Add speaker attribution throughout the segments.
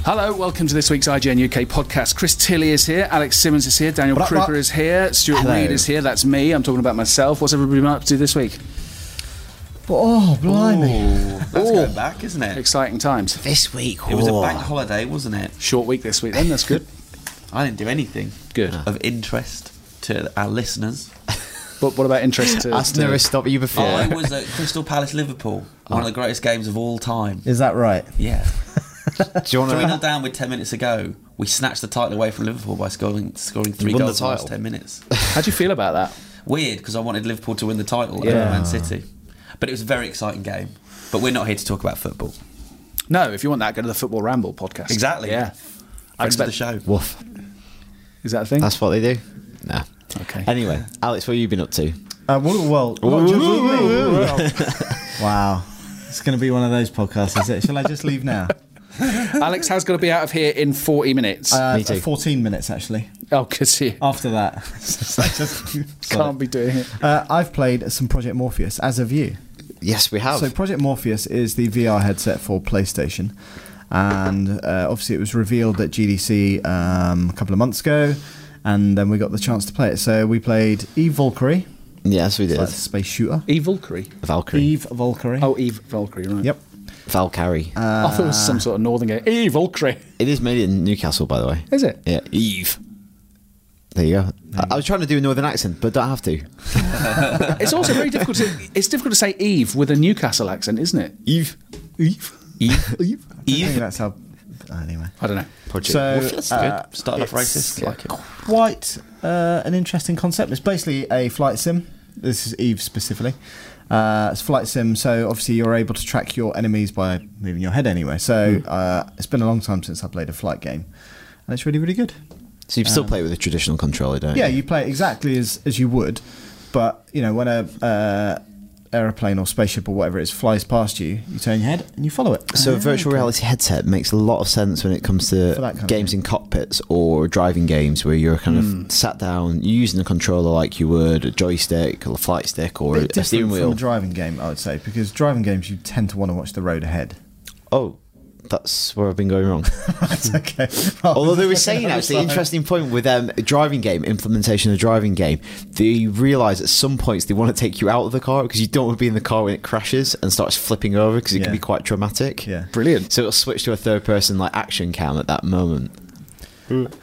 Speaker 1: Hello, welcome to this week's IGN UK podcast. Chris Tilley is here, Alex Simmons is here, Daniel
Speaker 2: What up,
Speaker 1: Kruger
Speaker 2: what?
Speaker 1: is here, Stuart
Speaker 2: Hello.
Speaker 1: Reed is here. That's me. I'm talking about myself. What's everybody been up to this week?
Speaker 2: Oh, blimey.
Speaker 3: That's going back, isn't it?
Speaker 1: Exciting times.
Speaker 2: This week,
Speaker 3: It was a
Speaker 2: whoa.
Speaker 3: bank holiday, wasn't it?
Speaker 1: Short week this week. Then that's good.
Speaker 3: I didn't do anything
Speaker 1: Good.
Speaker 3: of interest to our listeners.
Speaker 1: But what about interest to
Speaker 2: That's
Speaker 1: to-
Speaker 2: never stopped you before.
Speaker 3: I was at Crystal Palace Liverpool, one of the greatest games of all time.
Speaker 2: Is that right?
Speaker 3: Yeah.
Speaker 2: Do you want
Speaker 3: Three 0 down with ten minutes ago. We snatched the title away from Liverpool by scoring scoring three
Speaker 2: won the
Speaker 3: goals in the last
Speaker 2: title.
Speaker 3: ten minutes.
Speaker 1: How do you feel about that?
Speaker 3: Weird because I wanted Liverpool to win the title over
Speaker 1: Yeah.
Speaker 3: Man City, but it was a very exciting game. But we're not here to talk about football.
Speaker 1: No, if you want that, go to the Football Ramble podcast.
Speaker 3: Exactly.
Speaker 1: Yeah. I
Speaker 3: Friends
Speaker 1: expect
Speaker 3: of the show.
Speaker 2: Woof.
Speaker 1: Is that a thing?
Speaker 2: That's what they do. Nah.
Speaker 1: Okay.
Speaker 2: Anyway, Alex, what have you been up to?
Speaker 4: Uh, well, well, not just with me. wow. It's going to be one of those podcasts, is it? Shall I just leave now?
Speaker 1: Alex has got to be out of here in 40 minutes.
Speaker 4: Uh,
Speaker 2: Me too.
Speaker 4: 14 minutes, actually,
Speaker 1: oh, because he
Speaker 4: after that. So I just-
Speaker 1: can't be doing it.
Speaker 4: Uh, I've played some Project Morpheus, as of you.
Speaker 2: Yes, we have.
Speaker 4: So, Project Morpheus is the VR headset for PlayStation. And uh, obviously, it was revealed at GDC um, a couple of months ago. And then we got the chance to play it. So, we played Eve Valkyrie,
Speaker 2: yes, we did.
Speaker 4: that's space shooter.
Speaker 1: Eve Valkyrie.
Speaker 2: Valkyrie.
Speaker 4: Eve Valkyrie.
Speaker 1: Oh, Eve Valkyrie, right.
Speaker 4: Yep.
Speaker 2: Valkyrie.
Speaker 1: I thought it was some sort of northern game. Eve Valkyrie.
Speaker 2: it is made in Newcastle, by the way.
Speaker 1: Is it?
Speaker 2: Yeah. Eve. There you go. I, I was trying to do a northern accent, but don't have to.
Speaker 1: It's also very difficult to it's difficult to say Eve with a Newcastle accent, isn't it?
Speaker 2: Eve.
Speaker 1: Eve.
Speaker 3: Eve.
Speaker 1: Eve.
Speaker 4: I think
Speaker 3: Eve.
Speaker 4: that's how. Ah, Anyway.
Speaker 1: I don't know.
Speaker 2: Project.
Speaker 4: So,
Speaker 3: That's
Speaker 4: uh,
Speaker 3: good. Started off
Speaker 4: it's
Speaker 3: racist. Like it.
Speaker 4: Quite uh, an interesting concept. It's basically a flight sim. This is Eve specifically. Uh, it's flight sim, so obviously you're able to track your enemies by moving your head anyway. So uh, it's been a long time since I played a flight game, and it's really really good.
Speaker 2: so you still play with a traditional controller, don't
Speaker 4: Yeah,
Speaker 2: you?
Speaker 4: you play it exactly as, as you would, but you know when a uh, aeroplane or spaceship or whatever it is flies past you, you turn your head and you follow it. Ah.
Speaker 2: So a virtual reality headset makes a lot of sense when it comes to
Speaker 4: For that kind of
Speaker 2: games in cockpits or driving games where you're kind
Speaker 4: Hmm.
Speaker 2: of sat down you're using a controller like you would a joystick or a flight stick or
Speaker 4: bit
Speaker 2: a steering
Speaker 4: different from
Speaker 2: wheel.
Speaker 4: a driving game, I would say, because driving games you tend to want to watch the road ahead.
Speaker 2: oh, that's where I've been going wrong.
Speaker 4: That's okay.
Speaker 2: Although they were saying actually, interesting point with um, a driving game implementation of driving game. They realise at some points they want to take you out of the car because you don't want to be in the car when it crashes and starts flipping over because it
Speaker 4: Yeah.
Speaker 2: can be quite traumatic.
Speaker 4: Yeah.
Speaker 1: Brilliant.
Speaker 2: So it'll switch to a third person like action cam at that moment.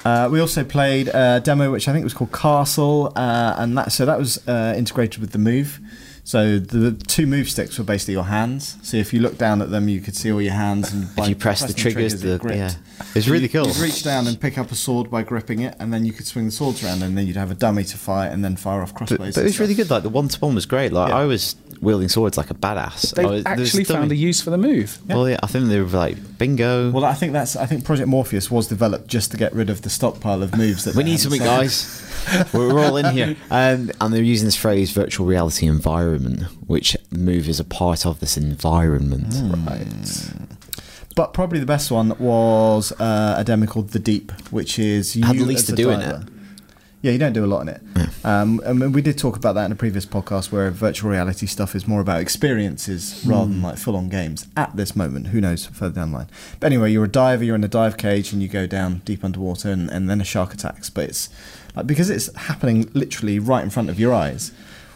Speaker 4: Uh, we also played a demo which I think was called Castle, uh, and that so that was uh, integrated with the Move. So the two move sticks were basically your hands. So if you look down at them, you could see all your hands. And
Speaker 2: If you press the
Speaker 4: pressing
Speaker 2: triggers,
Speaker 4: it
Speaker 2: the,
Speaker 4: gripped.
Speaker 2: yeah, it's really cool.
Speaker 4: You'd reach down and pick up a sword by gripping it, and then you could swing the swords around, and then you'd have a dummy to fight, and then fire off
Speaker 2: But,
Speaker 4: crossbows.
Speaker 2: but
Speaker 4: and
Speaker 2: it was
Speaker 4: stuff.
Speaker 2: really good. Like the one to one was great. Like
Speaker 4: Yeah.
Speaker 2: I was wielding swords like a badass.
Speaker 1: They
Speaker 2: I was,
Speaker 1: have actually found a use for the move.
Speaker 2: Well, yeah, I think they were like bingo.
Speaker 4: Well, I think that's. I think Project Morpheus was developed just to get rid of the stockpile of moves that
Speaker 2: we
Speaker 4: they
Speaker 2: need
Speaker 4: had.
Speaker 2: something,
Speaker 4: So-
Speaker 2: guys. Um, we're, we're all in here, um, and they're using this phrase "virtual reality environment," which Move is a part of this environment.
Speaker 4: Right. But probably the best one was uh, a demo called The Deep, which is you
Speaker 2: Had the least
Speaker 4: as
Speaker 2: to
Speaker 4: a
Speaker 2: do in
Speaker 4: diver.
Speaker 2: it.
Speaker 4: Yeah, you don't do a lot in it. Um, I mean, we did talk about that in a previous podcast where virtual reality stuff is more about
Speaker 2: Hmm.
Speaker 4: experiences rather than like full on games at this moment. Who knows further down the line? But anyway, you're a diver, you're in a dive cage, and you go down deep underwater, and, and then a shark attacks. But it's like, because it's happening literally right in front of your eyes.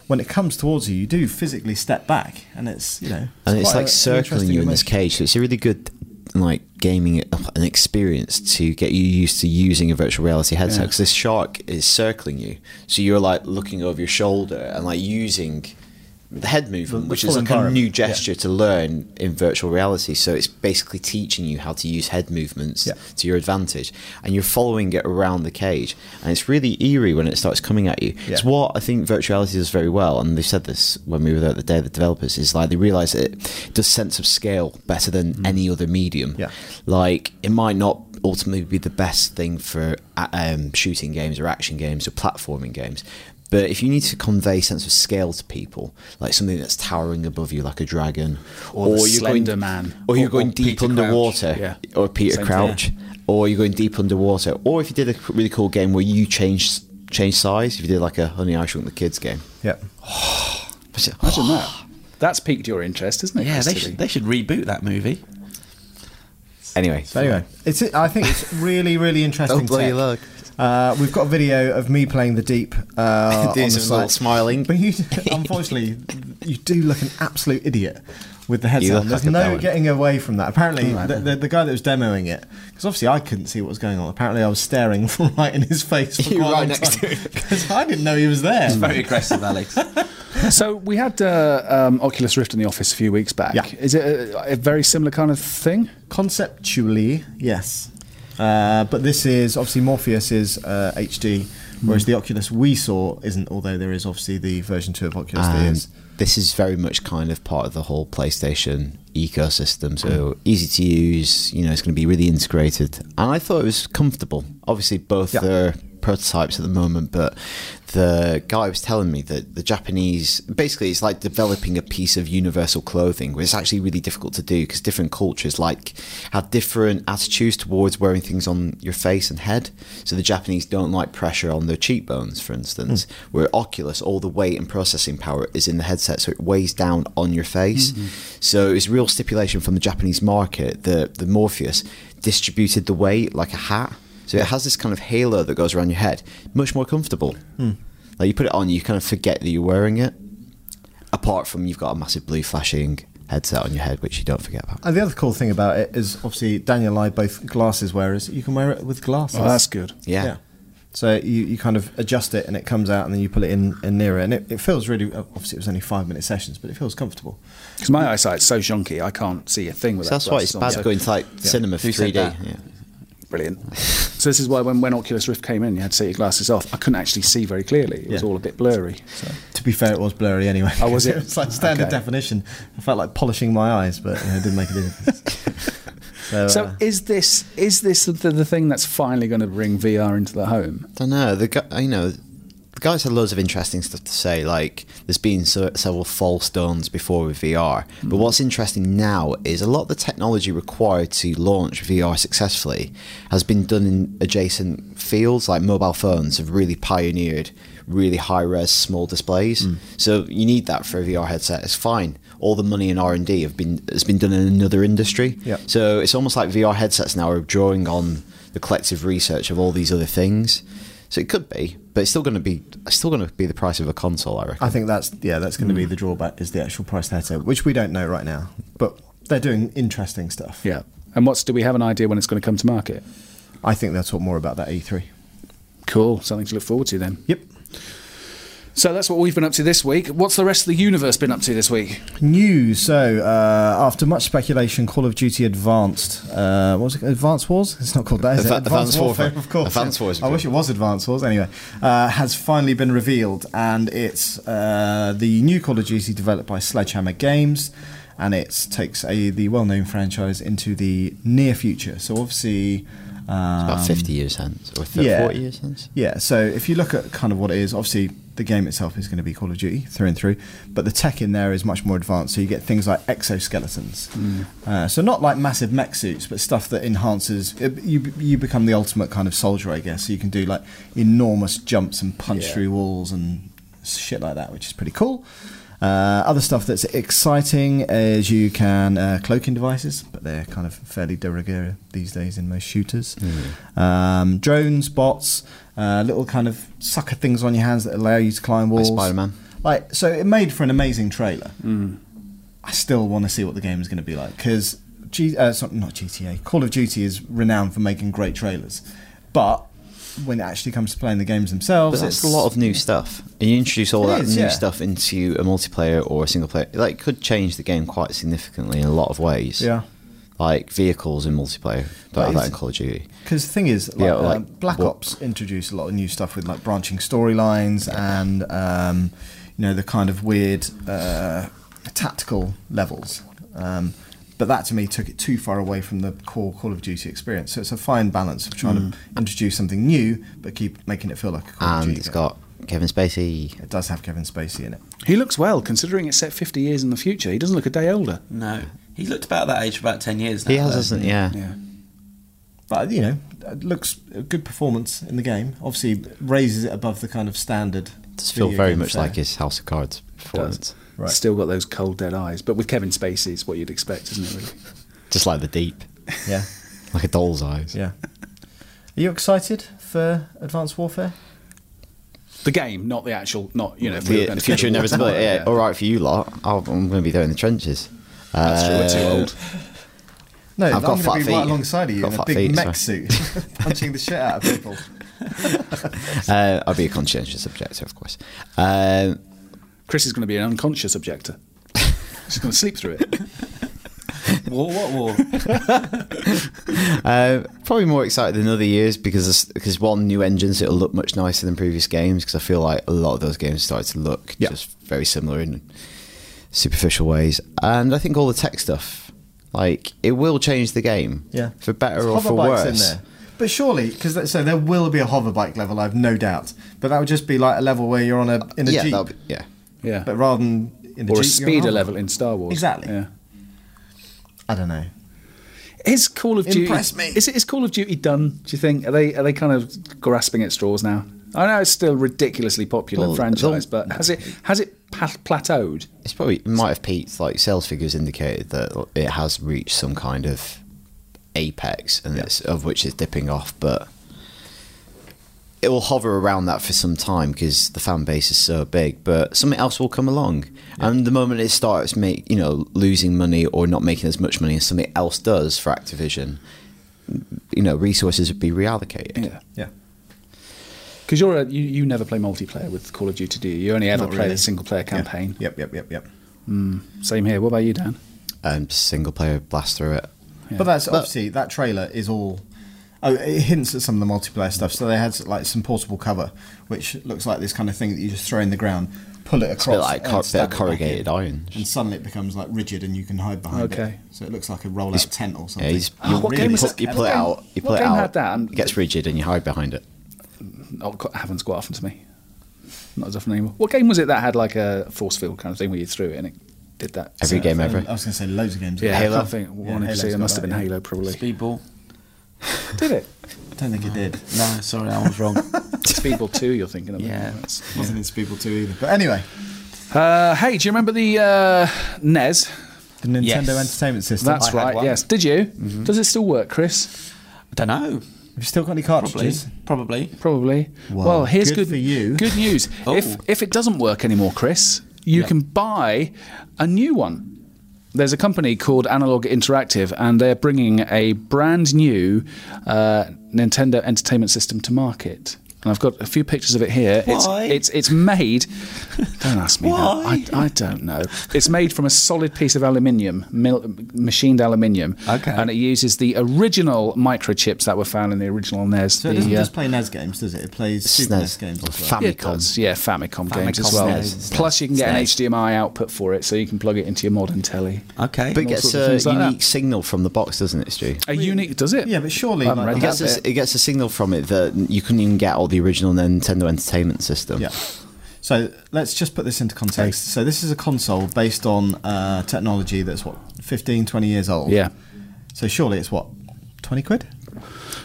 Speaker 4: When it comes towards you, you do physically step back, and it's you know,
Speaker 2: And it's
Speaker 4: quite a-
Speaker 2: like
Speaker 4: an
Speaker 2: circling
Speaker 4: interesting
Speaker 2: you in this
Speaker 4: emotion.
Speaker 2: cage. So it's a really good like gaming uh, an experience to get you used to using a virtual reality headset
Speaker 4: Yeah.
Speaker 2: because this shark is circling you. So you're like looking over your shoulder and like using the head movement,
Speaker 4: the
Speaker 2: which
Speaker 4: full
Speaker 2: is like a new
Speaker 4: environment, yeah.
Speaker 2: gesture to learn in virtual reality. So it's basically teaching you how to use head movements
Speaker 4: Yeah.
Speaker 2: to your advantage, and you're following it around the cage. And it's really eerie when it starts coming at you. It's
Speaker 4: Yeah.
Speaker 2: what I think virtual reality does very well, and they said this when we were there at the day of the developers. Is like they realise it does sense of scale better than
Speaker 4: Mm.
Speaker 2: any other medium.
Speaker 4: Yeah.
Speaker 2: Like it might not ultimately be the best thing for uh, um, shooting games or action games or platforming games. But if you need to convey sense of scale to people, like something that's towering above you, like a dragon,
Speaker 1: Or the Slender
Speaker 2: going,
Speaker 1: Man.
Speaker 2: or
Speaker 1: Or-
Speaker 2: you're going
Speaker 1: or
Speaker 2: deep
Speaker 1: Peter Crouch.
Speaker 2: underwater,
Speaker 1: Yeah.
Speaker 2: or Peter
Speaker 1: Same thing.
Speaker 2: Crouch, or you're going deep underwater, or if you did a really cool game where you change change size, if you did like a Honey I Shrunk the Kids game,
Speaker 4: Yep.
Speaker 2: Was it-
Speaker 1: Imagine that. That's piqued your interest, isn't it?
Speaker 3: Yeah,
Speaker 1: Chris
Speaker 3: they
Speaker 1: Tilly?
Speaker 3: should, they should reboot that movie.
Speaker 2: Anyway,
Speaker 4: So anyway, it's I think it's really really interesting.
Speaker 2: Don't blow
Speaker 4: tech.
Speaker 2: your load.
Speaker 4: Uh, we've got a video of me playing the deep. Uh,
Speaker 2: Doing
Speaker 4: on the
Speaker 2: some little
Speaker 4: site.
Speaker 2: smiling.
Speaker 4: But you, unfortunately, you do look an absolute idiot with the headset.
Speaker 2: look
Speaker 4: on. There's
Speaker 2: like a
Speaker 4: no
Speaker 2: villain.
Speaker 4: getting away from that. Apparently, All right. the, the, the guy that was demoing it, because obviously I couldn't see what was going on. Apparently, I was staring right in his face. For
Speaker 2: You were
Speaker 4: quite a
Speaker 2: right
Speaker 4: long
Speaker 2: next
Speaker 4: time,
Speaker 2: to him.
Speaker 4: because I didn't know he was there.
Speaker 3: Very aggressive, Alex.
Speaker 1: So we had uh, um, Oculus Rift in the office a few weeks back.
Speaker 4: Yeah.
Speaker 1: Is it a, a very similar kind of thing?
Speaker 4: Conceptually, yes. Uh, but this is obviously Morpheus is uh, HD, whereas the Oculus we saw isn't. Although there is obviously the version two of Oculus
Speaker 1: Ah,
Speaker 4: that
Speaker 2: And
Speaker 4: is.
Speaker 2: Um, this is very much kind of part of the whole PlayStation ecosystem. So easy to use, you know, it's going to be really integrated. And I thought it was comfortable. Obviously, both
Speaker 4: Yeah.
Speaker 2: are prototypes at the moment, but the guy was telling me that the Japanese basically it's like developing a piece of universal clothing, which is actually really difficult to do because different cultures like have different attitudes towards wearing things on your face and head. So the Japanese don't like pressure on their cheekbones, for instance, where Oculus, all the weight and processing power is in the headset, so it weighs down on your face. So it's real stipulation from the Japanese market that the Morpheus distributed the weight like a hat. So it has this kind of halo that goes around your head, much more comfortable. Like you put it on, you kind of forget that you're wearing it. Apart from you've got a massive blue flashing headset on your head, which you don't forget about.
Speaker 4: And the other cool thing about it is obviously Daniel and I both glasses wearers. You can wear it with glasses.
Speaker 1: Oh, that's good.
Speaker 2: Yeah.
Speaker 4: So you, you kind of adjust it and it comes out and then you pull it in, in nearer and it, it feels really obviously it was only five minute sessions but it feels comfortable.
Speaker 1: Because my eyesight's so junky, I can't see a thing with
Speaker 2: So
Speaker 1: that
Speaker 2: that's why it's
Speaker 1: glasses on.
Speaker 2: bad
Speaker 1: So-
Speaker 2: going to like cinema for
Speaker 3: Who said
Speaker 2: 3D.
Speaker 3: that?
Speaker 2: Yeah.
Speaker 1: Brilliant. so this is why when, when Oculus Rift came in, you had to take your glasses off. I couldn't actually see very clearly. It was
Speaker 4: Yeah.
Speaker 1: all a bit blurry. So.
Speaker 4: To be fair, it was blurry anyway.
Speaker 1: Oh, was it?
Speaker 4: it's like standard
Speaker 1: Okay.
Speaker 4: definition. I felt like polishing my eyes, but you know, it didn't make a difference. so,
Speaker 1: So
Speaker 4: uh,
Speaker 1: is this is this the, the thing that's finally going to bring VR into the home?
Speaker 2: don't know. The guy, you know, the guys had loads of interesting stuff to say. Like, there's been so, several false dawns before with VR,
Speaker 3: Hmm.
Speaker 2: but what's interesting now is a lot of the technology required to launch VR successfully has been done in adjacent fields. Like mobile phones have really pioneered really high res small displays.
Speaker 3: Hmm.
Speaker 2: So you need that for a VR headset. It's fine. All the money in R and D have been has been done in another industry.
Speaker 4: Yep.
Speaker 2: So it's almost like VR headsets now are drawing on the collective research of all these other things. So it could be, but it's still going to be it's still going to be the price of a console, I reckon.
Speaker 4: I think that's yeah, that's going to be
Speaker 1: Hmm.
Speaker 4: the drawback is the actual price tag, which we don't know right now, but they're doing interesting stuff.
Speaker 1: Yeah. And what's do we have an idea when it's going to come to market?
Speaker 4: I think they'll talk more about that E3.
Speaker 1: Cool. Something to look forward to then.
Speaker 4: Yep.
Speaker 1: So that's what we've been up to this week. What's the rest of the universe been up to this week?
Speaker 4: News. So, uh, after much speculation, Call of Duty Advanced. Uh, what was it? Advanced Wars? It's not called that, is it?
Speaker 2: Adva- Advanced Warfare.
Speaker 4: of course.
Speaker 2: Advanced Wars,
Speaker 4: I wish it was Advanced Wars. Anyway, uh, has finally been revealed, and it's uh, the new Call of Duty developed by Sledgehammer Games, and it takes a the well-known franchise into the near future. So, obviously. Um,
Speaker 2: About 50 years hence, or 30, 40 years hence.
Speaker 4: yeah, so if you look at kind of what it is, obviously the game itself is going to be Call of Duty through and through, but the tech in there is much more advanced. So you get things like exoskeletons. Uh, so not like massive mech suits, but stuff that enhances. It, you you become the ultimate kind of soldier, I guess. So you can do like enormous jumps and punch
Speaker 1: Yeah.
Speaker 4: through walls and shit like that, which is pretty cool. Uh, other stuff that's exciting is you can uh, cloaking devices, but they're kind of fairly de rigueur these days in most shooters.
Speaker 2: Hmm.
Speaker 4: Um, drones, bots, uh, little kind of sucker things on your hands that allow you to climb walls.
Speaker 2: Spider-Man.
Speaker 4: Like so, it made for an amazing trailer. I still want to see what the game is going to be like because G- uh, so- not GTA, Call of Duty is renowned for making great trailers, but when it actually comes to playing the games themselves,
Speaker 2: But it's a lot of new stuff. And you introduce all
Speaker 4: It
Speaker 2: that
Speaker 4: is,
Speaker 2: new
Speaker 4: yeah.
Speaker 2: stuff into a multiplayer or a single player. Like, it could change the game quite significantly in a lot of ways.
Speaker 4: yeah.
Speaker 2: Like, vehicles in multiplayer.
Speaker 4: That
Speaker 2: Don't have
Speaker 4: is-
Speaker 2: that in Call of Duty.
Speaker 4: Because the thing is, like,
Speaker 2: Yeah,
Speaker 4: uh,
Speaker 2: like,
Speaker 4: Black
Speaker 2: what-
Speaker 4: Ops introduced a lot of new stuff with like branching storylines and um, you know the kind of weird uh, tactical levels. Um, but that to me took it too far away from the core Call of Duty experience. So it's a fine balance of trying to introduce something new but keep making it feel like a Call of
Speaker 2: Mm. And
Speaker 4: Duty.
Speaker 2: it's
Speaker 4: game.
Speaker 2: got Kevin Spacey.
Speaker 4: it does have Kevin Spacey in it.
Speaker 1: He looks well, considering it's set 50 years in the future. He doesn't look a day older.
Speaker 3: No. He looked about that age for about 10 years now.
Speaker 2: He has,
Speaker 4: Uh,
Speaker 3: though.
Speaker 2: hasn't yeah.
Speaker 1: Yeah.
Speaker 4: But you know, it looks a good performance in the game. Obviously, raises it above the kind of standard.
Speaker 2: It does feel
Speaker 4: video
Speaker 2: very
Speaker 4: game
Speaker 2: much
Speaker 4: fare.
Speaker 2: like his House of Cards performance.
Speaker 4: Right.
Speaker 1: Still got those cold, dead eyes. But with Kevin Spacey, it's what you'd expect, isn't it, really?
Speaker 2: Just like The Deep.
Speaker 4: Yeah.
Speaker 2: like a doll's eyes.
Speaker 4: Yeah. Are you excited for Advanced Warfare?
Speaker 1: The game, not the actual, not you know. if we were
Speaker 2: The,
Speaker 1: going
Speaker 2: the
Speaker 1: to
Speaker 2: future
Speaker 1: kill the war
Speaker 2: inevitability.
Speaker 1: tomorrow,
Speaker 2: Yeah, All right for you lot. I'll, I'm going to be there in the trenches.
Speaker 1: That's true. We're too old.
Speaker 4: No,
Speaker 2: I've
Speaker 4: I'm
Speaker 2: got
Speaker 4: going to
Speaker 2: fat
Speaker 4: be
Speaker 2: feet.
Speaker 4: right alongside of you
Speaker 2: Got
Speaker 4: in a
Speaker 2: fat
Speaker 4: big
Speaker 2: feet,
Speaker 4: mech
Speaker 2: sorry.
Speaker 4: suit, punching the shit out of people.
Speaker 2: Uh, I'll be a conscientious objector, of course. Um,
Speaker 1: Chris is going to be an unconscious objector. She's going to sleep through it.
Speaker 3: War, what war?
Speaker 2: Uh, probably more excited than other years because because one new engines it'll look much nicer than previous games because I feel like a lot of those games started to look
Speaker 4: Yeah.
Speaker 2: just very similar in superficial ways, and I think all the tech stuff like it will change the game,
Speaker 4: Yeah.
Speaker 2: for better or
Speaker 4: There's
Speaker 2: for
Speaker 4: hover bikes
Speaker 2: worse.
Speaker 4: In there. But surely, because so there will be a hover bike level, I've no doubt. But that would just be like a level where you're on a in a
Speaker 2: yeah,
Speaker 4: jeep,
Speaker 2: that'll be, yeah.
Speaker 1: Yeah.
Speaker 4: but rather than in the
Speaker 1: or a
Speaker 4: jeep, you're on hover
Speaker 1: speeder
Speaker 4: bike.
Speaker 1: level in Star Wars.
Speaker 4: Exactly.
Speaker 1: Yeah.
Speaker 4: I don't know.
Speaker 1: Is Call of Duty
Speaker 4: Impress me.
Speaker 1: Is, is Call of Duty done? Do you think are they are they kind of grasping at straws now? I know it's still ridiculously popular
Speaker 2: Well,
Speaker 1: franchise,
Speaker 2: they'll-
Speaker 1: but has it has it pa- plateaued?
Speaker 2: It's probably it might have peaked. Like sales figures indicated that it has reached some kind of apex, and it's of which it's dipping off. But it will hover around that for some time because the fan base is so big. But something else will come along, and the moment it starts make you know losing money or not making as much money as something else does for Activision, you know resources would be reallocated.
Speaker 4: Yeah.
Speaker 1: Because you're a, you you never play multiplayer with Call of Duty, do you? You only ever
Speaker 4: Not
Speaker 1: play
Speaker 4: really.
Speaker 1: the single player campaign.
Speaker 4: Yeah. Yep. Yep. Yep. Yep.
Speaker 1: Same here. What about you, Dan?
Speaker 2: Um, single player blast through it.
Speaker 1: Yeah.
Speaker 4: But that's obviously that trailer is all. Oh, it hints at some of the multiplayer stuff. So they had like some portable cover, which looks like this kind of thing that you just throw in the ground, pull it
Speaker 2: It's a
Speaker 4: across,
Speaker 2: bit like
Speaker 4: and
Speaker 2: cor- bit
Speaker 4: stab
Speaker 2: of
Speaker 4: it back
Speaker 2: corrugated
Speaker 4: in.
Speaker 2: iron.
Speaker 4: and suddenly it becomes like rigid and you can hide behind
Speaker 1: Okay.
Speaker 4: it. So it looks like a roll out
Speaker 2: He's-
Speaker 4: tent or
Speaker 2: Yeah,
Speaker 4: something.
Speaker 2: he's,
Speaker 1: Oh,
Speaker 2: you,
Speaker 1: what
Speaker 2: you
Speaker 1: game is
Speaker 2: pull,
Speaker 1: that?
Speaker 2: you pull
Speaker 1: What
Speaker 2: it
Speaker 1: game-
Speaker 2: out. You
Speaker 1: what
Speaker 2: pull it
Speaker 1: game
Speaker 2: out.
Speaker 1: had that? And-
Speaker 2: It gets rigid, and you hide behind it.
Speaker 1: Not qu- happens quite often to me. Not as often anymore. What game was it that had like a force field kind of thing where you threw it and it did that?
Speaker 2: Every game ever.
Speaker 4: I was going to say loads of games.
Speaker 1: Yeah,
Speaker 2: Halo?
Speaker 1: I can't think. One
Speaker 4: Yeah,
Speaker 1: yeah,
Speaker 4: Halo's
Speaker 1: it
Speaker 4: got
Speaker 1: must have
Speaker 4: that,
Speaker 1: been
Speaker 4: yeah.
Speaker 1: Halo, probably.
Speaker 3: Speedball.
Speaker 1: Did it?
Speaker 4: I don't think it did.
Speaker 3: No, sorry, I was wrong.
Speaker 1: Speedball 2, you're thinking of.
Speaker 3: Yeah.
Speaker 1: That's-
Speaker 4: Wasn't in Speedball 2 either. But anyway,
Speaker 1: Uh, hey, do you remember the uh, NES?
Speaker 4: the Nintendo
Speaker 3: Yes.
Speaker 4: Entertainment System.
Speaker 1: That's
Speaker 4: I had
Speaker 1: right,
Speaker 4: one.
Speaker 1: yes. Did you? Does it still work, Chris?
Speaker 3: I don't know.
Speaker 4: Have you still got any
Speaker 3: Probably.
Speaker 4: cartridges?
Speaker 3: Probably.
Speaker 1: Probably.
Speaker 4: Well,
Speaker 1: well, here's
Speaker 4: good
Speaker 1: good,
Speaker 4: for you.
Speaker 1: good news.
Speaker 3: Oh.
Speaker 1: If, if it doesn't work anymore, Chris, you can buy a new one. There's a company called Analog Interactive, and they're bringing a brand new uh, Nintendo Entertainment System to market. And I've got a few pictures of it here.
Speaker 3: Why?
Speaker 1: It's, it's it's made. Don't ask me
Speaker 3: Why?
Speaker 1: that. I, I don't know. It's made from a solid piece of aluminium, mil, machined aluminium.
Speaker 3: Okay.
Speaker 1: And it uses the original microchips that were found in the original NES.
Speaker 4: So it
Speaker 1: the,
Speaker 4: doesn't
Speaker 1: uh,
Speaker 4: just play NES games, does it? It plays Super
Speaker 2: SNES,
Speaker 4: NES games
Speaker 2: E or
Speaker 4: as well.
Speaker 2: Famicom.
Speaker 1: yeah, it does. Yeah, Famicom, games as
Speaker 3: Famicom
Speaker 1: well.
Speaker 3: NES.
Speaker 1: Plus, you can get an
Speaker 2: NES.
Speaker 1: HDMI output for it, so you can plug it into your modern telly.
Speaker 3: Okay.
Speaker 2: But it
Speaker 1: all
Speaker 2: gets
Speaker 1: sorts of
Speaker 2: a
Speaker 1: things like that.
Speaker 2: unique signal from the box, doesn't it, Stu?
Speaker 1: A unique, does it? Um,
Speaker 4: Yeah, but surely,
Speaker 1: I haven't
Speaker 4: like,
Speaker 1: read
Speaker 2: It
Speaker 4: the
Speaker 1: that
Speaker 2: gets,
Speaker 1: bit.
Speaker 2: a, it gets a signal from it that you couldn't even get all the original Nintendo Entertainment System.
Speaker 4: Yeah. So let's just put this into context. So this is a console based on uh, technology that's what 15, 20 years old.
Speaker 1: Yeah.
Speaker 4: So surely it's what 20 quid?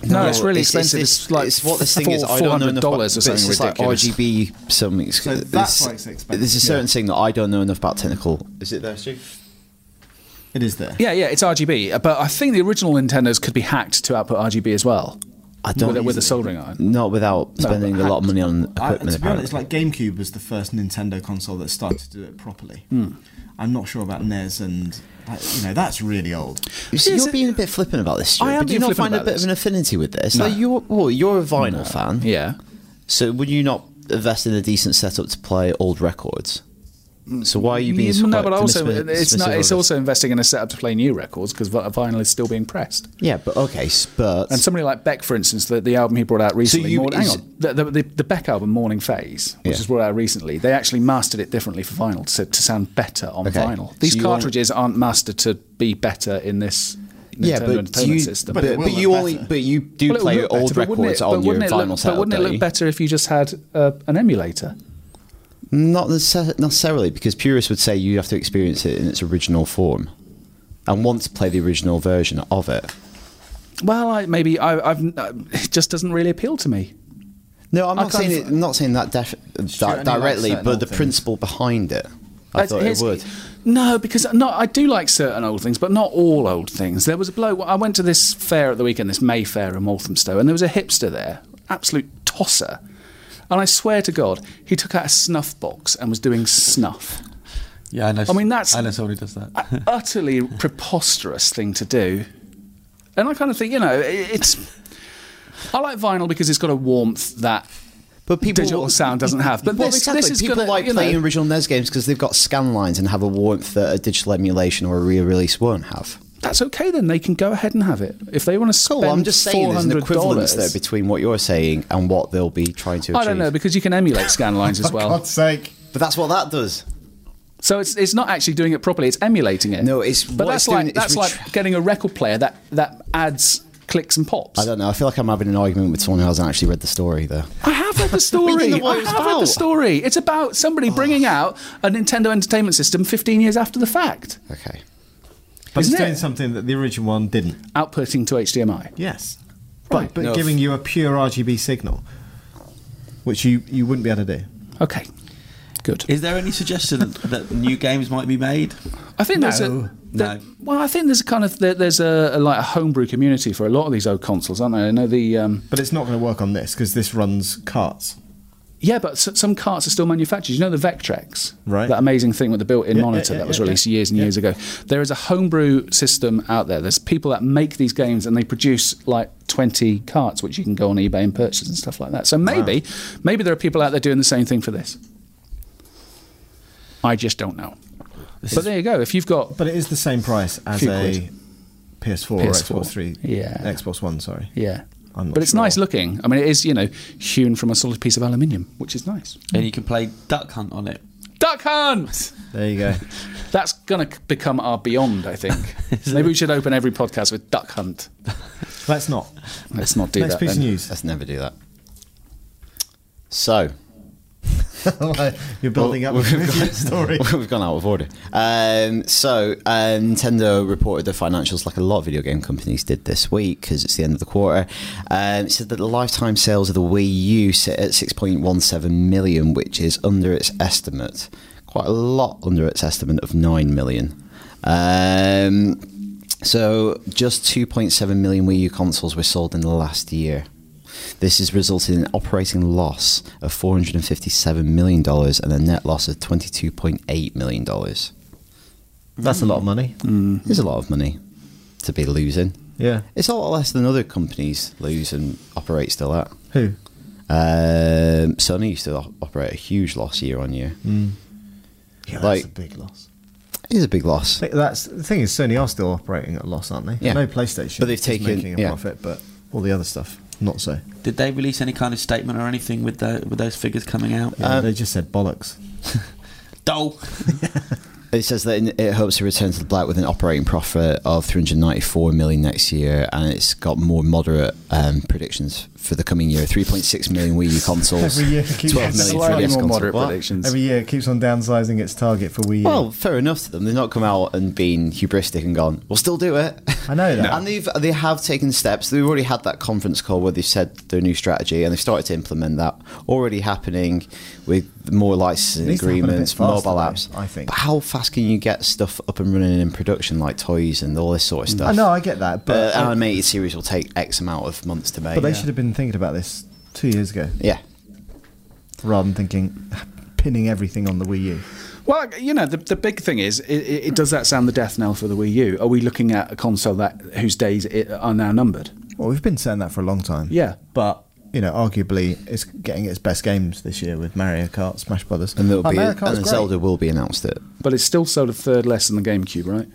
Speaker 1: No, it's really expensive.
Speaker 2: It's,
Speaker 1: It's, like
Speaker 2: it's what this thing
Speaker 1: four,
Speaker 2: is. I
Speaker 1: Four
Speaker 2: don't know
Speaker 1: hundred
Speaker 2: enough about-
Speaker 1: dollars or
Speaker 2: but it's
Speaker 1: something
Speaker 2: just
Speaker 1: ridiculous.
Speaker 2: Like RGB something.
Speaker 4: So that's why it's expensive.
Speaker 2: There's a certain
Speaker 4: Yeah.
Speaker 2: thing that I don't know enough about technical. Is it there, Stu?
Speaker 4: It is there.
Speaker 1: Yeah, yeah, it's RGB. uh, But I think the original Nintendos could be hacked to output RGB as well.
Speaker 2: I don't.
Speaker 1: with, a- with a soldering iron.
Speaker 2: Not without spending a lot of money on equipment.
Speaker 4: I, to be honest,
Speaker 2: apparently.
Speaker 4: like GameCube was the first Nintendo console that started to do it properly. I'm not sure about NES and that, you know that's really old.
Speaker 2: You see,
Speaker 1: Is
Speaker 2: you're
Speaker 1: it-
Speaker 2: being a bit flippant about this. Stuart,
Speaker 1: I am
Speaker 2: but do you
Speaker 1: being
Speaker 2: not
Speaker 1: flippant
Speaker 2: find a
Speaker 1: about
Speaker 2: bit
Speaker 1: this.
Speaker 2: of an affinity with this? Like you're, well, you're a vinyl fan.
Speaker 1: Yeah.
Speaker 2: So would you not invest in a decent setup to play old records? So why are you being so
Speaker 1: Mm. no,
Speaker 2: E quite
Speaker 1: but also
Speaker 2: dismissive-
Speaker 1: it's not.
Speaker 2: dismissive
Speaker 1: It's
Speaker 2: of
Speaker 1: also investing in a setup to play new records because vinyl is still being pressed.
Speaker 2: this? yeah, but okay, s- but
Speaker 1: And somebody like Beck, for instance, the, the album he brought out recently.
Speaker 2: you-
Speaker 1: Morn- hang
Speaker 2: is-
Speaker 1: on, the, the, the, the Beck album, Morning Phase, which
Speaker 2: Yeah.
Speaker 1: was brought out recently. They actually mastered it differently for vinyl to, to sound better on
Speaker 2: Okay.
Speaker 1: vinyl.
Speaker 2: So
Speaker 1: These
Speaker 2: you want-
Speaker 1: cartridges aren't mastered to be better in this Nintendo
Speaker 2: yeah, but do
Speaker 1: Entertainment
Speaker 2: you,
Speaker 1: System.
Speaker 2: but,
Speaker 4: it will
Speaker 2: but
Speaker 4: look
Speaker 2: you only
Speaker 4: better.
Speaker 2: but you do
Speaker 1: Well, it would look
Speaker 2: play old
Speaker 1: better, but wouldn't
Speaker 2: records
Speaker 1: it- but
Speaker 2: on your
Speaker 1: wouldn't it
Speaker 2: vinyl
Speaker 1: look,
Speaker 2: setup.
Speaker 1: But wouldn't it
Speaker 2: don't
Speaker 1: look
Speaker 2: you?
Speaker 1: better if you just had uh, an emulator?
Speaker 2: Not necess- necessarily, because purists would say you have to experience it in its original form, and want to play the original version of it.
Speaker 1: Well, I, maybe I, I've, uh, it just doesn't really appeal to me.
Speaker 2: No, I'm
Speaker 1: I
Speaker 2: not
Speaker 1: can't
Speaker 2: saying
Speaker 1: f-
Speaker 2: it, I'm not saying that, def-
Speaker 4: Stuart, I
Speaker 2: that
Speaker 4: mean, like
Speaker 2: directly,
Speaker 4: certain
Speaker 2: but
Speaker 4: old
Speaker 2: the
Speaker 4: things.
Speaker 2: principle behind it. I
Speaker 1: That's-
Speaker 2: thought it
Speaker 1: here's-
Speaker 2: would.
Speaker 1: No, because no, I do like certain old things, but not all old things. There was a bloke. I went to this fair at the weekend, this May fair in Walthamstow, and there was a hipster there, absolute tosser. And I swear to God, he took out a snuff box and was doing snuff.
Speaker 3: Yeah, I know.
Speaker 1: I mean, that's-
Speaker 3: I know somebody who does that.
Speaker 1: A utterly preposterous thing to do. And I kind of think, you know, i it's. I like vinyl because it's got a warmth that
Speaker 2: But people
Speaker 1: digital sound doesn't have. But
Speaker 2: Well,
Speaker 1: this,
Speaker 2: exactly.
Speaker 1: this is
Speaker 2: people
Speaker 1: gonna,
Speaker 2: like
Speaker 1: you know-
Speaker 2: playing original NES games because they've got scan lines and have a warmth that a digital emulation or a re-release won't have.
Speaker 1: that's okay. Then they can go ahead and have it if they want to spend.
Speaker 2: Cool. Oh, I'm just saying there's an
Speaker 1: $400
Speaker 2: equivalence there between what you're saying and what they'll be trying to achieve.
Speaker 1: I don't know because you can emulate scan lines as
Speaker 4: For
Speaker 1: well.
Speaker 4: God's sake.
Speaker 2: but that's what that does.
Speaker 1: So it's it's not actually doing it properly; it's emulating it.
Speaker 2: No, it's-
Speaker 1: but
Speaker 2: what
Speaker 1: that's
Speaker 2: it's doing
Speaker 1: like
Speaker 2: is
Speaker 1: that's like
Speaker 2: retry-
Speaker 1: getting a record player that that adds clicks and pops.
Speaker 2: I don't know. I feel like I'm having an argument with someone who hasn't actually read the story, though.
Speaker 1: I have read the story.
Speaker 2: know what
Speaker 1: I
Speaker 2: it was
Speaker 1: have read the
Speaker 2: about. Oh.
Speaker 1: story. It's about somebody bringing out a Nintendo Entertainment System 15 years after the fact,
Speaker 2: Okay.
Speaker 4: But
Speaker 1: Isn't
Speaker 4: it's doing
Speaker 1: it?
Speaker 4: something that the original one didn't.
Speaker 1: outputting to HDMI.
Speaker 4: Yes.
Speaker 1: Right.
Speaker 4: But, but
Speaker 3: No.
Speaker 4: giving you a pure RGB signal, which you, you wouldn't be able to do.
Speaker 1: Okay, good.
Speaker 3: Is there any suggestion that new games might be made?
Speaker 1: I think there's a
Speaker 4: No.
Speaker 1: there-
Speaker 3: No.
Speaker 1: well, I think there's a kind of there, there's a, a like a homebrew community for a lot of these old consoles, aren't there? I know the um,
Speaker 4: But it's not going to work on this because this runs carts.
Speaker 1: Yeah, but s- some carts are still manufactured. You know the Vectrex,
Speaker 4: Right.
Speaker 1: That amazing thing with the built-in
Speaker 4: Yeah, yeah,
Speaker 1: monitor
Speaker 4: yeah,
Speaker 1: that was
Speaker 4: yeah,
Speaker 1: released
Speaker 4: yeah.
Speaker 1: years and
Speaker 4: Yeah.
Speaker 1: years ago. There is a homebrew system out there. There's people that make these games and they produce like 20 carts, which you can go on eBay and purchase and stuff like that. So maybe, maybe there are people out there doing the same thing for this. I just don't know.
Speaker 3: This
Speaker 1: but
Speaker 3: is-
Speaker 1: there you go. If you've got
Speaker 4: But it is the same price as
Speaker 1: Few
Speaker 4: a
Speaker 1: quid.
Speaker 4: PS4, or
Speaker 1: PS4.
Speaker 4: Xbox 3.
Speaker 1: Yeah.
Speaker 4: Xbox One, sorry.
Speaker 1: yeah.
Speaker 4: I'm not
Speaker 1: But it's
Speaker 4: sure.
Speaker 1: nice looking. I mean, it is, you know, hewn from a solid piece of aluminium, which is nice.
Speaker 3: And you can play Duck Hunt on it.
Speaker 1: Duck Hunt!
Speaker 4: There you go.
Speaker 1: That's going to become our beyond, I think. Maybe we should open every podcast with Duck Hunt.
Speaker 4: Let's not.
Speaker 1: Let's not do
Speaker 4: Next
Speaker 1: that.
Speaker 4: piece
Speaker 1: then.
Speaker 4: of news.
Speaker 2: Let's never do that. So,
Speaker 4: You're building up
Speaker 2: Well,
Speaker 4: a story.
Speaker 2: We've gone out of order. Um, so, uh, Nintendo reported their financials like a lot of video game companies did this week because it's the end of the quarter. Um, it said that the lifetime sales of the Wii U sit at 6.17 million, which is under its estimate. Quite a lot under its estimate of 9 million. Um, so, just 2.7 million Wii U consoles were sold in the last year. This has resulted in an operating loss of $457 million and a net loss of $22.8 million.
Speaker 4: That's a lot of money.
Speaker 2: It's a lot of money to be losing.
Speaker 4: Yeah.
Speaker 2: It's a lot less than other companies lose and operate still at.
Speaker 4: Who?
Speaker 2: Um, Sony used to op- operate a huge loss year on year.
Speaker 4: Hmm. Yeah, that's
Speaker 2: Like-
Speaker 4: a big loss.
Speaker 2: It is a big loss.
Speaker 4: That's the thing is Sony are still operating at a loss, aren't they?
Speaker 2: Yeah.
Speaker 4: No PlayStation,
Speaker 2: But they've
Speaker 4: is
Speaker 2: taken-
Speaker 4: making a
Speaker 2: yeah.
Speaker 4: profit, but all the other stuff not so.
Speaker 3: Did they release any kind of statement or anything with the, with those figures coming out?
Speaker 4: Yeah, they just said bollocks.
Speaker 3: Dole.
Speaker 2: It says that in- it hopes to return to the black with an operating profit of 394 million next year, and it's got more moderate um, predictions for the coming year: 3.6 million Wii U consoles,
Speaker 4: Every year it keeps
Speaker 2: 12 million
Speaker 4: getting
Speaker 2: 3DS
Speaker 1: Slightly more
Speaker 2: consoles.
Speaker 1: moderate
Speaker 2: What?
Speaker 1: predictions.
Speaker 4: Every year it keeps on downsizing its target for Wii U.
Speaker 2: Well, fair enough to them. They've not come out and been hubristic and gone, "We'll still do it."
Speaker 4: I know that. No.
Speaker 2: And they've they have taken steps. They've already had that conference call where they've said their new strategy and they've started to implement that. Already happening with more licensing
Speaker 4: Needs to happen a bit
Speaker 2: agreements,
Speaker 4: faster,
Speaker 2: mobile
Speaker 4: though,
Speaker 2: apps.
Speaker 4: I think.
Speaker 2: But how fast can you get stuff up and running in production, like toys and all this sort of stuff?
Speaker 4: Mm, I know, I get that, but
Speaker 2: uh, animated series will take X amount of months to make.
Speaker 4: but they
Speaker 2: yeah.
Speaker 4: should have been thinking about this two years ago,
Speaker 2: yeah.
Speaker 4: rather than thinking pinning everything on the Wii U.
Speaker 1: Well, you know, the, the big thing is, it, it, it- does that sound the death knell for the Wii U? Are we looking at a console that whose days it, are now numbered?
Speaker 4: Well, we've been saying that for a long time.
Speaker 1: Yeah.
Speaker 4: but you know, arguably, it's getting its best games this year with Mario Kart, Smash Brothers,
Speaker 2: And there'll
Speaker 4: Like,
Speaker 2: be
Speaker 4: Mario
Speaker 2: and
Speaker 4: Kart's great.
Speaker 2: Zelda will be announced. It.
Speaker 1: But it's still sold a third less than the GameCube, right?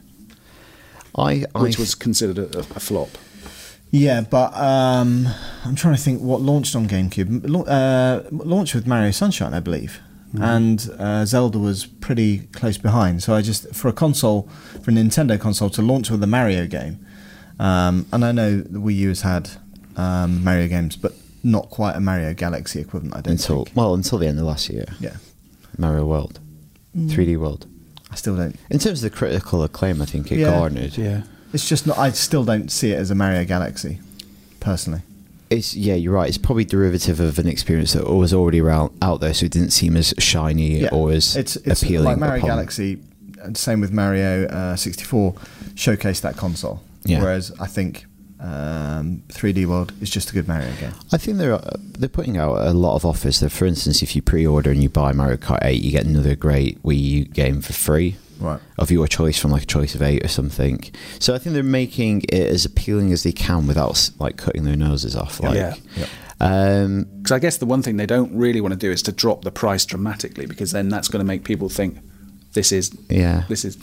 Speaker 2: I, I
Speaker 1: Which was considered a, a, a flop.
Speaker 4: Yeah, but um, I'm trying to think what launched on GameCube. M- lau- Uh, launched with Mario Sunshine, I believe, and uh, Zelda was pretty close behind. So I just for a console, for a Nintendo console to launch with a Mario game, um, and I know the Wii U has had um, Mario games, but not quite a Mario Galaxy equivalent. I don't
Speaker 2: until
Speaker 4: think.
Speaker 2: well until the end of last year.
Speaker 4: Yeah,
Speaker 2: Mario World,
Speaker 4: Mm.
Speaker 2: 3D World.
Speaker 4: I still don't.
Speaker 2: In terms of the critical acclaim, I think it
Speaker 4: Yeah.
Speaker 2: garnered.
Speaker 1: Yeah.
Speaker 4: It's just not. I still don't see it as a Mario Galaxy, personally.
Speaker 2: It's yeah, you're right. It's probably derivative of an experience that was already around out there, so it didn't seem as shiny or as
Speaker 4: it's, it's
Speaker 2: appealing.
Speaker 4: like Mario
Speaker 2: upon-
Speaker 4: Galaxy, and same with Mario uh, 64, showcased that console.
Speaker 2: Yeah.
Speaker 4: Whereas I think um, 3D World is just a good Mario game.
Speaker 2: I think they're uh, they're putting out a lot of offers. That, for instance, if you pre-order and you buy Mario Kart 8, you get another great Wii U game for free,
Speaker 4: Right.
Speaker 2: Of your choice from like a choice of eight or something. So I think they're making it as appealing as they can without s- like cutting their noses off. Like,
Speaker 1: Yeah.
Speaker 2: Um,
Speaker 1: Because I guess the one thing they don't really want to do is to drop the price dramatically, because then that's going to make people think this is
Speaker 2: Yeah.
Speaker 1: this is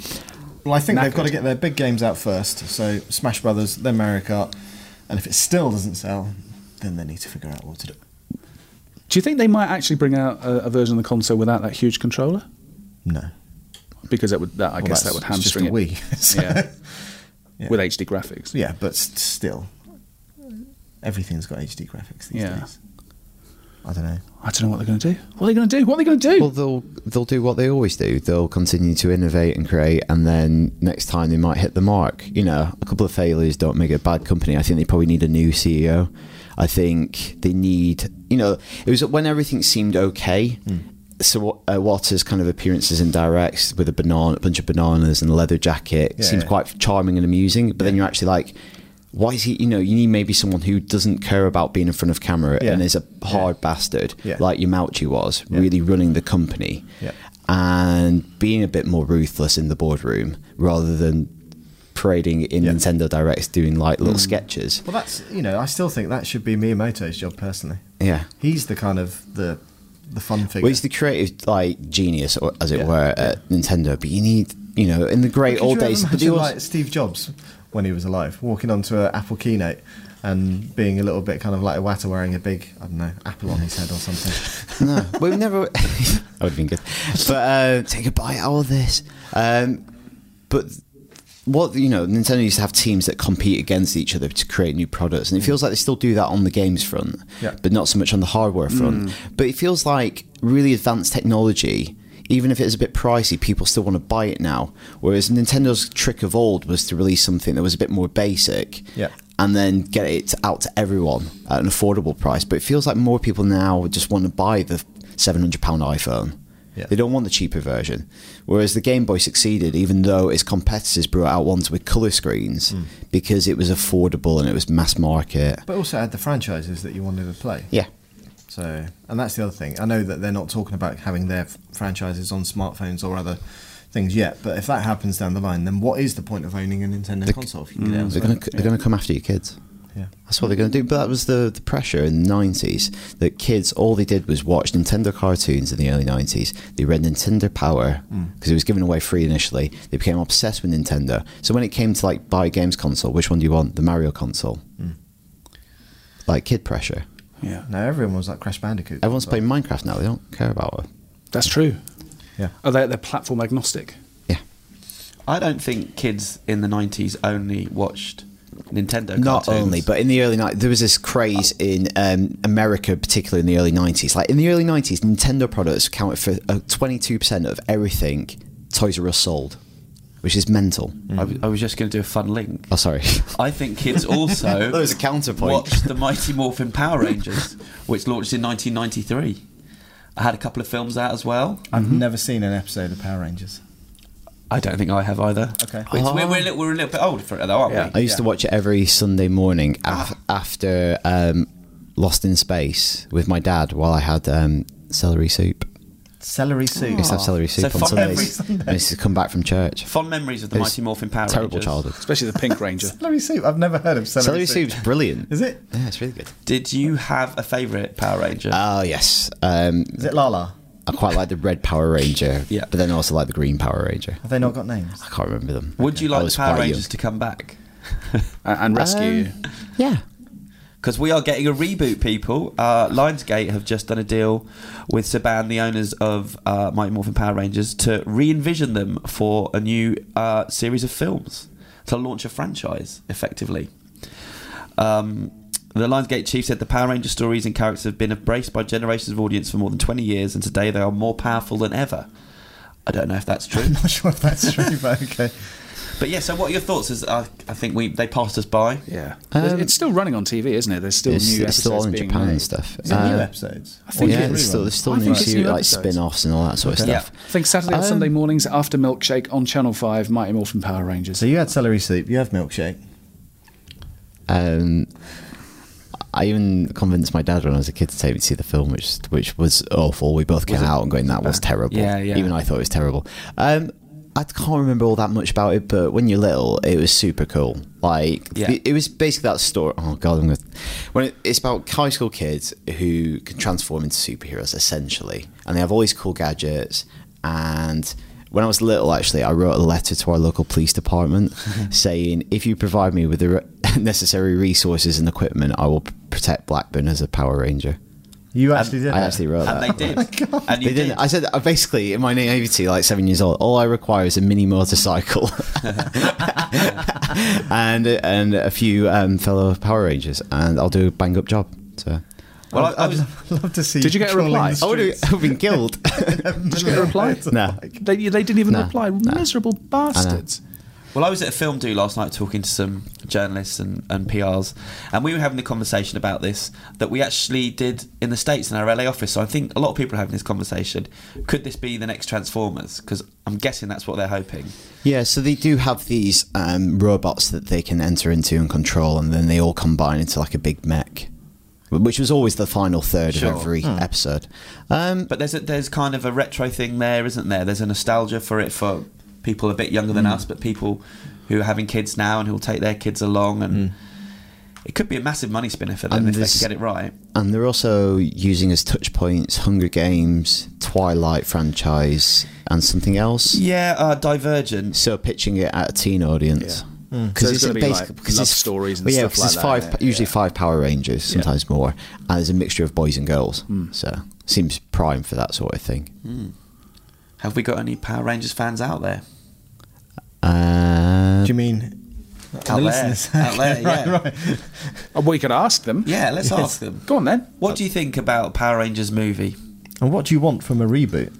Speaker 4: Well, I think they've got to
Speaker 1: Knackered.
Speaker 4: get their big games out first. So Smash Brothers, then Mario Kart, and if it still doesn't sell, then they need to figure out what to do.
Speaker 1: Do you think they might actually bring out a, a version of the console without that huge controller?
Speaker 4: No,
Speaker 1: Because that would, that, I
Speaker 4: Well,
Speaker 1: guess, that
Speaker 4: that's-
Speaker 1: would
Speaker 4: it's
Speaker 1: hamstring it.
Speaker 4: just a Wii. So-
Speaker 1: Yeah.
Speaker 4: Yeah.
Speaker 1: With HD graphics.
Speaker 4: yeah, but s- still, everything's got HD graphics these
Speaker 1: Yeah.
Speaker 4: days. I don't know.
Speaker 1: I don't know what they're going to do. What are they going to do? What are they going to do?
Speaker 2: well, they'll they'll do what they always do. They'll continue to innovate and create, and then next time they might hit the mark. You know, a couple of failures don't make a bad company. I think they probably need a new CEO. I think they need, you know, it was when everything seemed okay.
Speaker 4: Hmm.
Speaker 2: So uh, Waters' kind of appearances in directs with a banana, a bunch of bananas and a leather jacket
Speaker 4: Yeah,
Speaker 2: seems
Speaker 4: yeah.
Speaker 2: quite charming and amusing. But then you're actually like. Why is he? You know, you need maybe someone who doesn't care about being in front of camera
Speaker 4: Yeah.
Speaker 2: and is a
Speaker 4: Yeah.
Speaker 2: hard bastard,
Speaker 4: Yeah.
Speaker 2: like your Mouchy was, really running the company
Speaker 4: Yeah.
Speaker 2: and being a bit more ruthless in the boardroom rather than parading in
Speaker 4: Yeah. Mm.
Speaker 2: Nintendo Directs doing like little sketches.
Speaker 4: Well, that's you know, I still think that should be Miyamoto's job personally.
Speaker 2: Yeah.
Speaker 4: He's the kind of the the fun figure.
Speaker 2: Well, he's the creative like genius, or, as it
Speaker 4: Yeah.
Speaker 2: were, at Nintendo. But you need, you know, in the great
Speaker 4: Could
Speaker 2: old
Speaker 4: you ever
Speaker 2: days. But
Speaker 4: imagine,
Speaker 2: they also-
Speaker 4: like Steve Jobs when he was alive, walking onto an Apple keynote and being a little bit kind of like a watter wearing a big I don't know apple on his head or something.
Speaker 2: no, we've never. that would have been good. But uh, take a bite out of this. Um, but what you know, Nintendo used to have teams that compete against each other to create new products, and it feels like they still do that on the games front,
Speaker 4: Yeah.
Speaker 2: but not so much on the hardware front. But it feels like really advanced technology. Even if it is a bit pricey, people still want to buy it now. Whereas Nintendo's trick of old was to release something that was a bit more basic,
Speaker 4: Yeah.
Speaker 2: and then get it out to everyone at an affordable price. But it feels like more people now just want to buy the seven hundred pound iPhone.
Speaker 4: Yeah.
Speaker 2: They don't want the cheaper version. Whereas the Game Boy succeeded, even though its competitors brought out ones with color screens
Speaker 4: Hmm.
Speaker 2: because it was affordable and it was mass market.
Speaker 4: but also had the franchises that you wanted to play.
Speaker 2: Yeah.
Speaker 4: So, and that's the other thing. I know that they're not talking about having their f- franchises on smartphones or other things yet. But if that happens down the line, then what is the point of owning a Nintendo console if you can
Speaker 2: Hmm, Mm.
Speaker 4: get it
Speaker 2: They're
Speaker 4: elsewhere?
Speaker 2: going to they're going to come after your kids.
Speaker 4: Yeah.
Speaker 2: That's what they're going to do. But that was the, the pressure in the 90s that kids, all they did was watch Nintendo cartoons in the early 90s. They read Nintendo Power because it was given away free initially. They became obsessed with Nintendo. So when it came to like buy a games console, which one do you want? The Mario console. Like kid pressure.
Speaker 1: yeah.
Speaker 4: No, everyone was like Crash Bandicoot.
Speaker 2: Everyone's
Speaker 4: But-
Speaker 2: playing Minecraft now. They don't care about it.
Speaker 1: That's true.
Speaker 4: Yeah.
Speaker 1: Are they, they're platform agnostic.
Speaker 2: Yeah.
Speaker 3: I don't think kids in the 90s only watched Nintendo
Speaker 2: Not
Speaker 3: cartoons.
Speaker 2: only, but in the early night there was this craze in um, America, particularly in the early nineties. Like in the early nineties, Nintendo products accounted for twenty two percent of everything Toys R Us sold, which is mental.
Speaker 3: I was- I was just going to do a fun link.
Speaker 2: Oh, sorry.
Speaker 3: I think kids also
Speaker 2: That was a counterpoint.
Speaker 3: watched the Mighty Morphin Power Rangers, which launched in 1993. I had a couple of films out as well.
Speaker 4: I've
Speaker 2: Mm-hmm.
Speaker 4: never seen an episode of Power Rangers.
Speaker 3: I don't think I have either.
Speaker 4: Okay.
Speaker 3: Which we're, we're, a little, we're a little bit old for it though, aren't
Speaker 1: Yeah.
Speaker 2: I
Speaker 3: we?
Speaker 2: used to watch it every Sunday morning af- after um, Lost in Space with my dad while I had um, celery soup.
Speaker 4: Celery soup.
Speaker 2: I used to have celery
Speaker 3: So
Speaker 2: soup on
Speaker 3: fuck every
Speaker 2: Sundays.
Speaker 4: Sunday.
Speaker 2: I used to come back from church.
Speaker 3: Fond memories of the
Speaker 2: It was
Speaker 3: Mighty Morphin Power
Speaker 2: Terrible
Speaker 3: Rangers.
Speaker 2: childhood.
Speaker 1: Especially the Pink Ranger.
Speaker 4: Celery soup. I've never heard of
Speaker 2: Celery
Speaker 4: celery, soup.
Speaker 2: soup's brilliant.
Speaker 4: Is it?
Speaker 2: Yeah, it's really good.
Speaker 3: Did you have a favourite Power Ranger?
Speaker 2: Oh yes, um,
Speaker 4: Is it Lala?
Speaker 2: I quite like the red Power Ranger.
Speaker 3: Yeah.
Speaker 2: but then I also like the green Power Ranger.
Speaker 4: Have they not got names?
Speaker 2: I can't remember them.
Speaker 3: Would you
Speaker 2: I
Speaker 3: like the
Speaker 2: was
Speaker 3: Power
Speaker 2: quite
Speaker 3: Rangers
Speaker 2: young.
Speaker 3: to come back?
Speaker 1: And, and rescue you.
Speaker 2: Um, Yeah,
Speaker 3: Because we are getting a reboot, people. Uh, Lionsgate have just done a deal with Saban, the owners of uh, Mighty Morphin Power Rangers, to re envision them for a new uh, series of films, to launch a franchise, effectively. Um, the Lionsgate chief said the Power Ranger stories and characters have been embraced by generations of audience for more than 20 years, and today they are more powerful than ever. I don't know if that's true.
Speaker 4: I'm not sure if that's true, but okay.
Speaker 3: But yeah, so what are your thoughts? Is I, I think we they passed us by.
Speaker 1: Yeah,
Speaker 2: Um,
Speaker 1: it's still running on TV, isn't it? There's still
Speaker 2: It's,
Speaker 1: new
Speaker 2: it's still
Speaker 1: episodes
Speaker 2: on in
Speaker 1: being
Speaker 2: Japan
Speaker 1: made.
Speaker 2: and stuff.
Speaker 4: Is it new
Speaker 2: Uh,
Speaker 4: episodes?
Speaker 1: I think
Speaker 2: yeah,
Speaker 1: it's
Speaker 2: there's still,
Speaker 1: rerun.
Speaker 2: there's still
Speaker 1: I
Speaker 2: new
Speaker 1: think it's new
Speaker 2: series, like
Speaker 1: episodes.
Speaker 2: spin offs and all that sort of
Speaker 3: Yeah.
Speaker 2: stuff.
Speaker 1: I think Saturday and
Speaker 2: Um,
Speaker 1: Sunday mornings after Milkshake on Channel Five, Mighty Morphin Power Rangers.
Speaker 4: So you had celery soup. You have milkshake.
Speaker 2: Um, I even convinced my dad when I was a kid to take me to see the film, which which was awful. We both came out and going, "That was terrible."
Speaker 3: Yeah, yeah.
Speaker 2: Even I thought it was terrible. Um, I can't remember all that much about it, but when you're little, it was super cool. Like
Speaker 3: Yeah.
Speaker 2: it, it was basically that story. Oh god, I'm gonna. When it, it's about high school kids who can transform into superheroes essentially, and they have all these cool gadgets. And when I was little, actually, I wrote a letter to our local police department saying, "If you provide me with the re- necessary resources and equipment, I will p- protect Blackburn as a Power Ranger."
Speaker 4: You actually did.
Speaker 2: I
Speaker 4: that.
Speaker 2: actually wrote that. Oh
Speaker 3: And they did. And you
Speaker 2: They didn't. I said I basically in my naivety, like seven years old, all I require is a mini motorcycle and and a few um, fellow Power Rangers, and I'll do a bang up job. So
Speaker 3: well, I, I was.
Speaker 4: love to see.
Speaker 1: Did you get a
Speaker 4: trolling
Speaker 1: reply?
Speaker 4: the
Speaker 2: I would
Speaker 4: streets.
Speaker 2: have been killed.
Speaker 1: Did you get a reply?
Speaker 2: no,
Speaker 1: They, they didn't even
Speaker 2: No,
Speaker 1: reply.
Speaker 2: no.
Speaker 1: Miserable bastards.
Speaker 3: Well, I was at a film do last night talking to some journalists and, and PRs, and we were having a conversation about this that we actually did in the States in our LA office. So I think a lot of people are having this conversation. Could this be the next Transformers? Because I'm guessing that's what they're hoping.
Speaker 2: yeah. So they do have these um, robots that they can enter into and control, and then they all combine into like a big mech, which was always the final third
Speaker 3: Sure. Hmm.
Speaker 2: of every episode. Um,
Speaker 3: But there's a, there's kind of a retro thing there, isn't there? There's a nostalgia for it for people a bit younger than us, but people who are having kids now and who will take their kids along, and it could be a massive money spinner for them
Speaker 2: And
Speaker 3: if they
Speaker 2: this-
Speaker 3: can get it right.
Speaker 2: And they're also using as touch points Hunger Games, Twilight franchise, and something else.
Speaker 3: Yeah, uh, Divergent.
Speaker 2: So pitching it at a teen audience.
Speaker 1: Yeah. Mm. So
Speaker 2: Because
Speaker 1: it's
Speaker 2: it's
Speaker 1: gonna be
Speaker 2: a basic,
Speaker 1: like
Speaker 2: because
Speaker 1: love
Speaker 2: it's,
Speaker 1: stories and
Speaker 2: yeah,
Speaker 1: stuff
Speaker 2: 'cause
Speaker 1: like
Speaker 2: it's
Speaker 1: that,
Speaker 2: five,
Speaker 1: yeah,
Speaker 2: usually
Speaker 1: yeah.
Speaker 2: five Power Rangers, sometimes more, and there's a mixture of boys and girls.
Speaker 1: Hmm.
Speaker 2: So seems prime for that sort of thing.
Speaker 3: Have we got any Power Rangers fans out there?
Speaker 2: Uh,
Speaker 4: Do you mean
Speaker 3: Out
Speaker 4: the
Speaker 3: there.
Speaker 4: listeners?
Speaker 3: Out there, yeah.
Speaker 4: right, right.
Speaker 1: Uh, We could ask them.
Speaker 3: Yeah, let's ask them.
Speaker 1: Go on then.
Speaker 3: What do you think about Power Rangers movie?
Speaker 4: And what do you want from a reboot?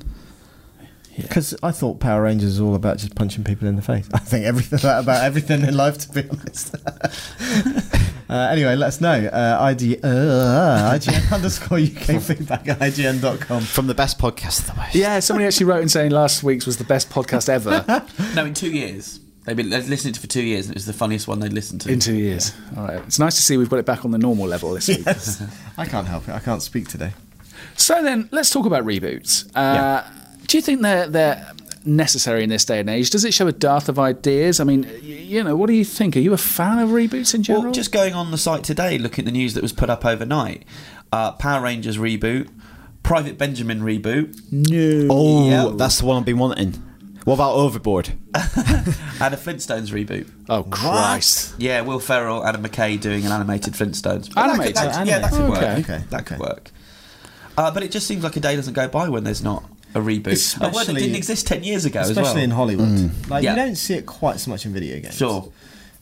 Speaker 4: Because I thought Power Rangers was all about just punching people in the face. I think everything about everything in life, to be honest. uh, anyway, let us know. Uh, ID, uh, IGN underscore UK feedback at IGN.com.
Speaker 2: from the best podcast of the West.
Speaker 1: Yeah, somebody actually wrote in saying last week's was the best podcast ever
Speaker 3: No, in two years. They've been they've listened to it for two years, and it was the funniest one they'd listened to.
Speaker 1: in two years. All right, it's nice to see we've got it back on the normal level this week.
Speaker 4: Yes. I can't help it. I can't speak today.
Speaker 1: So then, let's talk about reboots. Uh,
Speaker 4: Yeah.
Speaker 1: Do you think they're they're necessary in this day and age? Does it show a dearth of ideas? I mean, y- you know, what do you think? Are you a fan of reboots in general?
Speaker 3: Well, just going on the site today, look at the news that was put up overnight. Uh, Power Rangers reboot, Private Benjamin reboot,
Speaker 1: no.
Speaker 2: Oh,
Speaker 3: Yeah.
Speaker 2: that's the one I've been wanting. What about Overboard?
Speaker 3: and a Flintstones reboot.
Speaker 1: Oh Christ!
Speaker 3: Yeah, Will Ferrell, Adam McKay doing an animated Flintstones. But that
Speaker 1: Animated?
Speaker 3: could- that- yeah, that could work.
Speaker 1: Okay.
Speaker 4: Okay,
Speaker 3: That could
Speaker 4: okay.
Speaker 3: work. Uh, but it just seems like a day doesn't go by when there's not a reboot. a word that
Speaker 4: Especially-
Speaker 3: didn't exist ten years ago as
Speaker 4: Especially
Speaker 3: well.
Speaker 4: in Hollywood. Like,
Speaker 3: Yeah.
Speaker 4: you don't see it quite so much in video games.
Speaker 3: sure.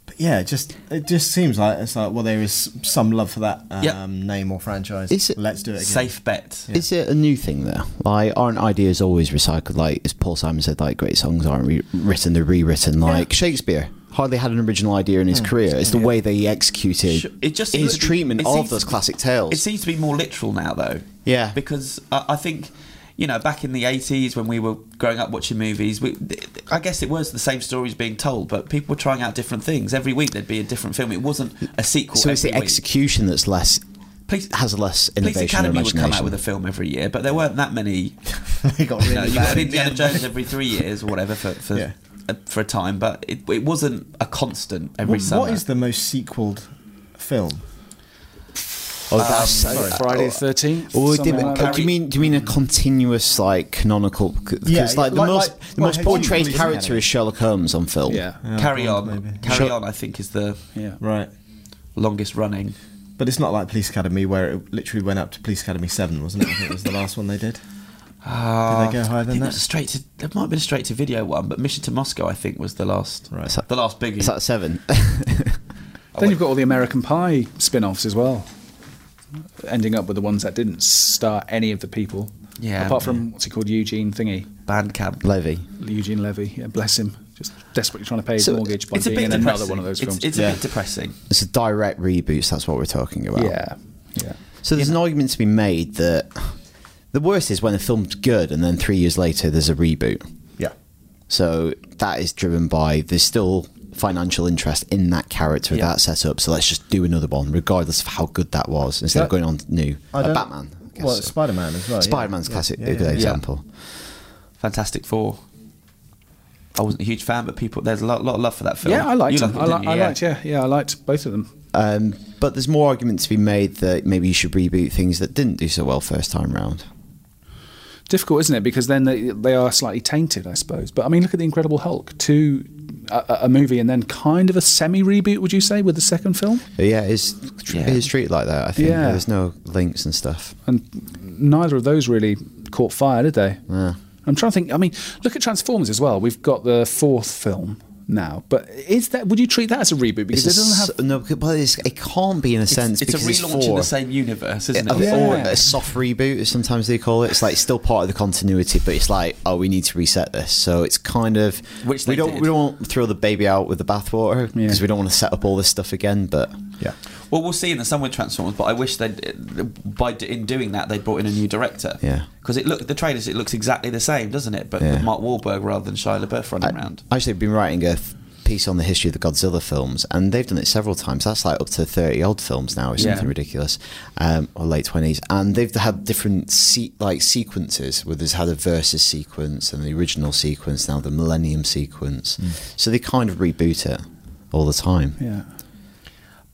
Speaker 4: But yeah, it just it just seems like it's like well, there is some love for that um,
Speaker 3: Yep.
Speaker 4: name or franchise.
Speaker 2: Is it-
Speaker 4: Let's do it again.
Speaker 3: Safe bet.
Speaker 2: Is it a new thing though? Like, aren't ideas always recycled? Like, as Paul Simon said, like great songs aren't re- written; they're rewritten. Like Shakespeare hardly had an original idea in his career. It's the way they executed
Speaker 3: Sure. Hmm. It just
Speaker 2: his
Speaker 3: seems-
Speaker 2: treatment
Speaker 3: it
Speaker 2: of
Speaker 3: seems-
Speaker 2: those classic
Speaker 3: It
Speaker 2: tales.
Speaker 3: seems to be more literal now, though.
Speaker 2: Yeah.
Speaker 3: Because I, I think, you know, back in the 80s when we were growing up watching movies, we, th- I guess it was the same stories being told, but people were trying out different things. Every week there'd be a different film. It wasn't a sequel.
Speaker 2: So it's
Speaker 3: every
Speaker 2: the
Speaker 3: week.
Speaker 2: execution that's less
Speaker 3: Police,
Speaker 2: has less
Speaker 3: Police
Speaker 2: innovation or
Speaker 3: Academy would come out
Speaker 2: imagination.
Speaker 3: with a film every year, but there weren't that many.
Speaker 4: they got really
Speaker 3: You know, you
Speaker 4: bad
Speaker 3: got an
Speaker 4: in the
Speaker 3: Indiana
Speaker 4: end.
Speaker 3: Jones every three years or whatever for for,
Speaker 4: Yeah.
Speaker 3: uh, for a time, but it, it wasn't a constant every
Speaker 4: What-
Speaker 3: summer.
Speaker 4: what is the most sequeled film?
Speaker 2: oh, that's
Speaker 3: um,
Speaker 2: uh,
Speaker 1: Friday the thirteenth.
Speaker 2: Oh, it didn't-
Speaker 3: like
Speaker 2: do you mean do you mean
Speaker 3: Hmm.
Speaker 2: a continuous like canonical? Because
Speaker 4: Yeah, yeah,
Speaker 2: like the
Speaker 4: like-
Speaker 2: most
Speaker 4: like-
Speaker 2: the
Speaker 4: like
Speaker 2: most
Speaker 4: how
Speaker 2: portrayed
Speaker 4: Jubilee's
Speaker 2: character
Speaker 4: Academy.
Speaker 2: is Sherlock Holmes on film.
Speaker 1: Yeah,
Speaker 3: Carry
Speaker 4: Oh,
Speaker 3: on,
Speaker 4: maybe.
Speaker 3: carry
Speaker 2: Sure.
Speaker 3: on. I think is the
Speaker 1: yeah.
Speaker 4: Right.
Speaker 3: longest running.
Speaker 4: But it's not like Police Academy, where it literally went up to Police Academy 7, wasn't it? I think it was the last one they did.
Speaker 3: Uh,
Speaker 4: Did they go higher
Speaker 3: I
Speaker 4: than
Speaker 3: think
Speaker 4: that?
Speaker 3: was a straight to. There might have been a straight to video one, but Mission to Moscow, I think, was the last.
Speaker 4: Right.
Speaker 2: Is that-
Speaker 3: The last biggie.
Speaker 2: Is that seven?
Speaker 1: Then you've got all the American Pie spin-offs as well, ending up with the ones that didn't star any of the people.
Speaker 3: Yeah.
Speaker 1: Apart from what's he called, Eugene Thingy,
Speaker 3: Bandcamp.
Speaker 2: Levy.
Speaker 1: Eugene Levy. Yeah, bless him. just desperately trying to pay his
Speaker 2: So
Speaker 1: mortgage by
Speaker 3: It's a
Speaker 1: being
Speaker 3: bit
Speaker 1: in
Speaker 3: depressing.
Speaker 1: another one of those films.
Speaker 3: It's, it's
Speaker 2: Yeah.
Speaker 3: a bit depressing.
Speaker 2: It's a direct reboots. That's what we're talking about.
Speaker 1: yeah, yeah.
Speaker 2: So there's an argument to be made that the worst is when a film's good and then three years later there's a reboot.
Speaker 4: Yeah.
Speaker 2: So that is driven by there's still financial interest in that character,
Speaker 1: Yeah.
Speaker 2: that setup. So let's just do another one, regardless of how good that was, instead of
Speaker 4: That-
Speaker 2: going on new.
Speaker 4: I
Speaker 2: Uh,
Speaker 4: don't-
Speaker 2: Batman. I guess
Speaker 4: well,
Speaker 2: so.
Speaker 4: Spider Man as well. yeah.
Speaker 2: Spider Man's classic
Speaker 4: Yeah,
Speaker 2: a
Speaker 4: yeah,
Speaker 2: good
Speaker 4: yeah.
Speaker 2: example.
Speaker 3: Fantastic Four. I wasn't a huge fan, but people there's a lot, lot of love for that film.
Speaker 1: Yeah, I liked
Speaker 3: You
Speaker 1: them. I,
Speaker 3: didn't
Speaker 1: li-
Speaker 3: you?
Speaker 1: I liked, yeah, yeah, I liked both of them.
Speaker 2: Um, but there's more argument to be made that maybe you should reboot things that didn't do so well first time round.
Speaker 1: Difficult, isn't it? Because then they, they are slightly tainted, I suppose. But I mean, look at the Incredible Hulk, two a, a- a movie, and then kind of a semi reboot. Would you say with the second film?
Speaker 2: But yeah, it's
Speaker 3: Yeah.
Speaker 2: it's treated like that. I think
Speaker 1: Yeah.
Speaker 2: there's no links and stuff.
Speaker 1: And neither of those really caught fire, did they?
Speaker 2: Yeah.
Speaker 1: I'm trying to think. I mean, look at Transformers as well. We've got the fourth film now, but is that? Would you treat that as a reboot? Because it
Speaker 2: It's a
Speaker 1: doesn't have
Speaker 2: s- no, c- but it's, it can't be in a sense
Speaker 3: It's, it's a
Speaker 2: because it's
Speaker 3: relaunch in
Speaker 2: four. Oh,
Speaker 3: the same universe,
Speaker 2: It-
Speaker 3: isn't
Speaker 2: of-
Speaker 3: it?
Speaker 1: Yeah.
Speaker 2: Or a soft reboot, as sometimes they call it. It's like still part of the continuity, but it's like, oh, we need to reset this. So it's kind of
Speaker 3: Which
Speaker 2: we
Speaker 3: they
Speaker 2: don't
Speaker 3: did.
Speaker 2: we don't want to throw the baby out with the bathwater because
Speaker 1: Yeah.
Speaker 2: we don't want to set up all this stuff again. But
Speaker 4: Yeah.
Speaker 3: Well, we'll see in the Sunway Transformers, but I wish they would by d- in doing that they brought in a new director.
Speaker 2: Yeah.
Speaker 3: because it look the trailers it looks exactly the same, doesn't it? But
Speaker 2: Yeah.
Speaker 3: with Mark Wahlberg rather than Shia LaBeouf running
Speaker 2: I,
Speaker 3: around.
Speaker 2: actually, I've been writing a th- piece on the history of the Godzilla films, and they've done it several times. That's like up to thirty odd films now, or
Speaker 3: Yeah.
Speaker 2: something ridiculous, um, or late twenties. And they've had different se- like sequences, where there's had a versus sequence and the original sequence, now the Millennium sequence.
Speaker 4: Hmm.
Speaker 2: So they kind of reboot it all the time.
Speaker 1: yeah.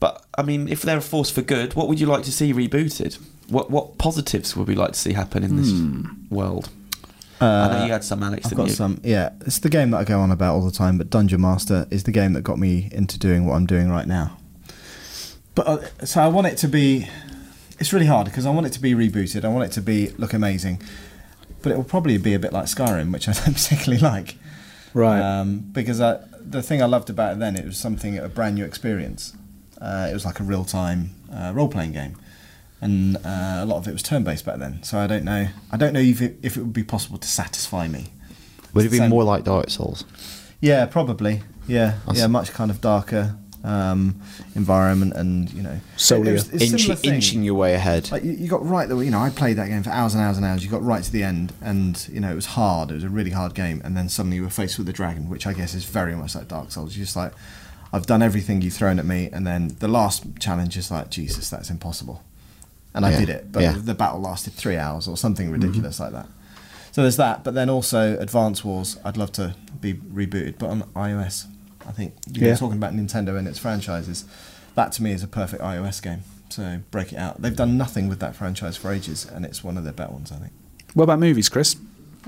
Speaker 3: But I mean, if they're a force for good, what would you like to see rebooted? What what positives would we like to see happen in this world? I know you had some, Alex.
Speaker 4: Hmm. Uh, I've
Speaker 3: didn't
Speaker 4: got
Speaker 3: you?
Speaker 4: some. Yeah, it's the game that I go on about all the time. But Dungeon Master is the game that got me into doing what I'm doing right now. But uh, so I want it to be. It's really hard because I want it to be rebooted. I want it to be look amazing, but it will probably be a bit like Skyrim, which I don't particularly like.
Speaker 1: Right.
Speaker 3: Uh,
Speaker 4: Um, because I, the thing I loved about it then, it was something a brand new experience. Uh, it was like a real time uh, role playing game, and uh, a lot of it was turn based back then. So I don't know. I don't know if it, if it would be possible to satisfy me.
Speaker 2: Would it be
Speaker 4: Same.
Speaker 2: more like Dark Souls?
Speaker 4: Yeah, probably. Yeah,
Speaker 2: Us-
Speaker 4: yeah, much kind of darker um, environment, and you know,
Speaker 1: Solely
Speaker 4: it was- it's a similar
Speaker 2: Inching,
Speaker 4: thing.
Speaker 2: inching your way ahead.
Speaker 4: Like you, you got right the you know I played that game for hours and hours and hours. You got right to the end, and you know it was hard. It was a really hard game, and then suddenly you were faced with a dragon, which I guess is very much like Dark Souls. You're just like, I've done everything you've thrown at me, and then the last challenge is like, Jesus, that's impossible, and I
Speaker 2: Yeah,
Speaker 4: did it. But
Speaker 2: yeah.
Speaker 4: the battle lasted three hours or something
Speaker 1: Mm-hmm.
Speaker 4: ridiculous like that. So there's that, but then also Advance Wars. I'd love to be rebooted, but on iOS. I think you
Speaker 1: Yeah.
Speaker 4: were talking about Nintendo and its franchises. That to me is a perfect iOS game. So break it out. They've done nothing with that franchise for ages, and it's one of their better ones, I think.
Speaker 1: What about movies, Chris?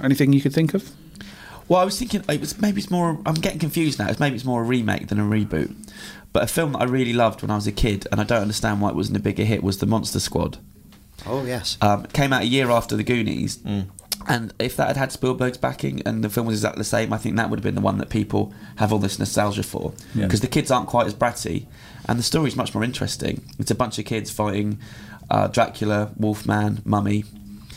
Speaker 1: Anything you could think of?
Speaker 3: Well, I was thinking it was maybe it's more. I'm getting confused now. It's maybe it's more a remake than a reboot. But a film that I really loved when I was a kid, and I don't understand why it wasn't a bigger hit, was The Monster Squad.
Speaker 2: Oh yes.
Speaker 4: uh,
Speaker 3: Um, it came out a year after The Goonies, and if that had had Spielberg's backing and the film was exactly the same, I think that would have been the one that people have all this nostalgia for
Speaker 4: Yeah.
Speaker 3: because the kids aren't quite as bratty, and the story's much more interesting. It's a bunch of kids fighting uh, Dracula, Wolfman, Mummy.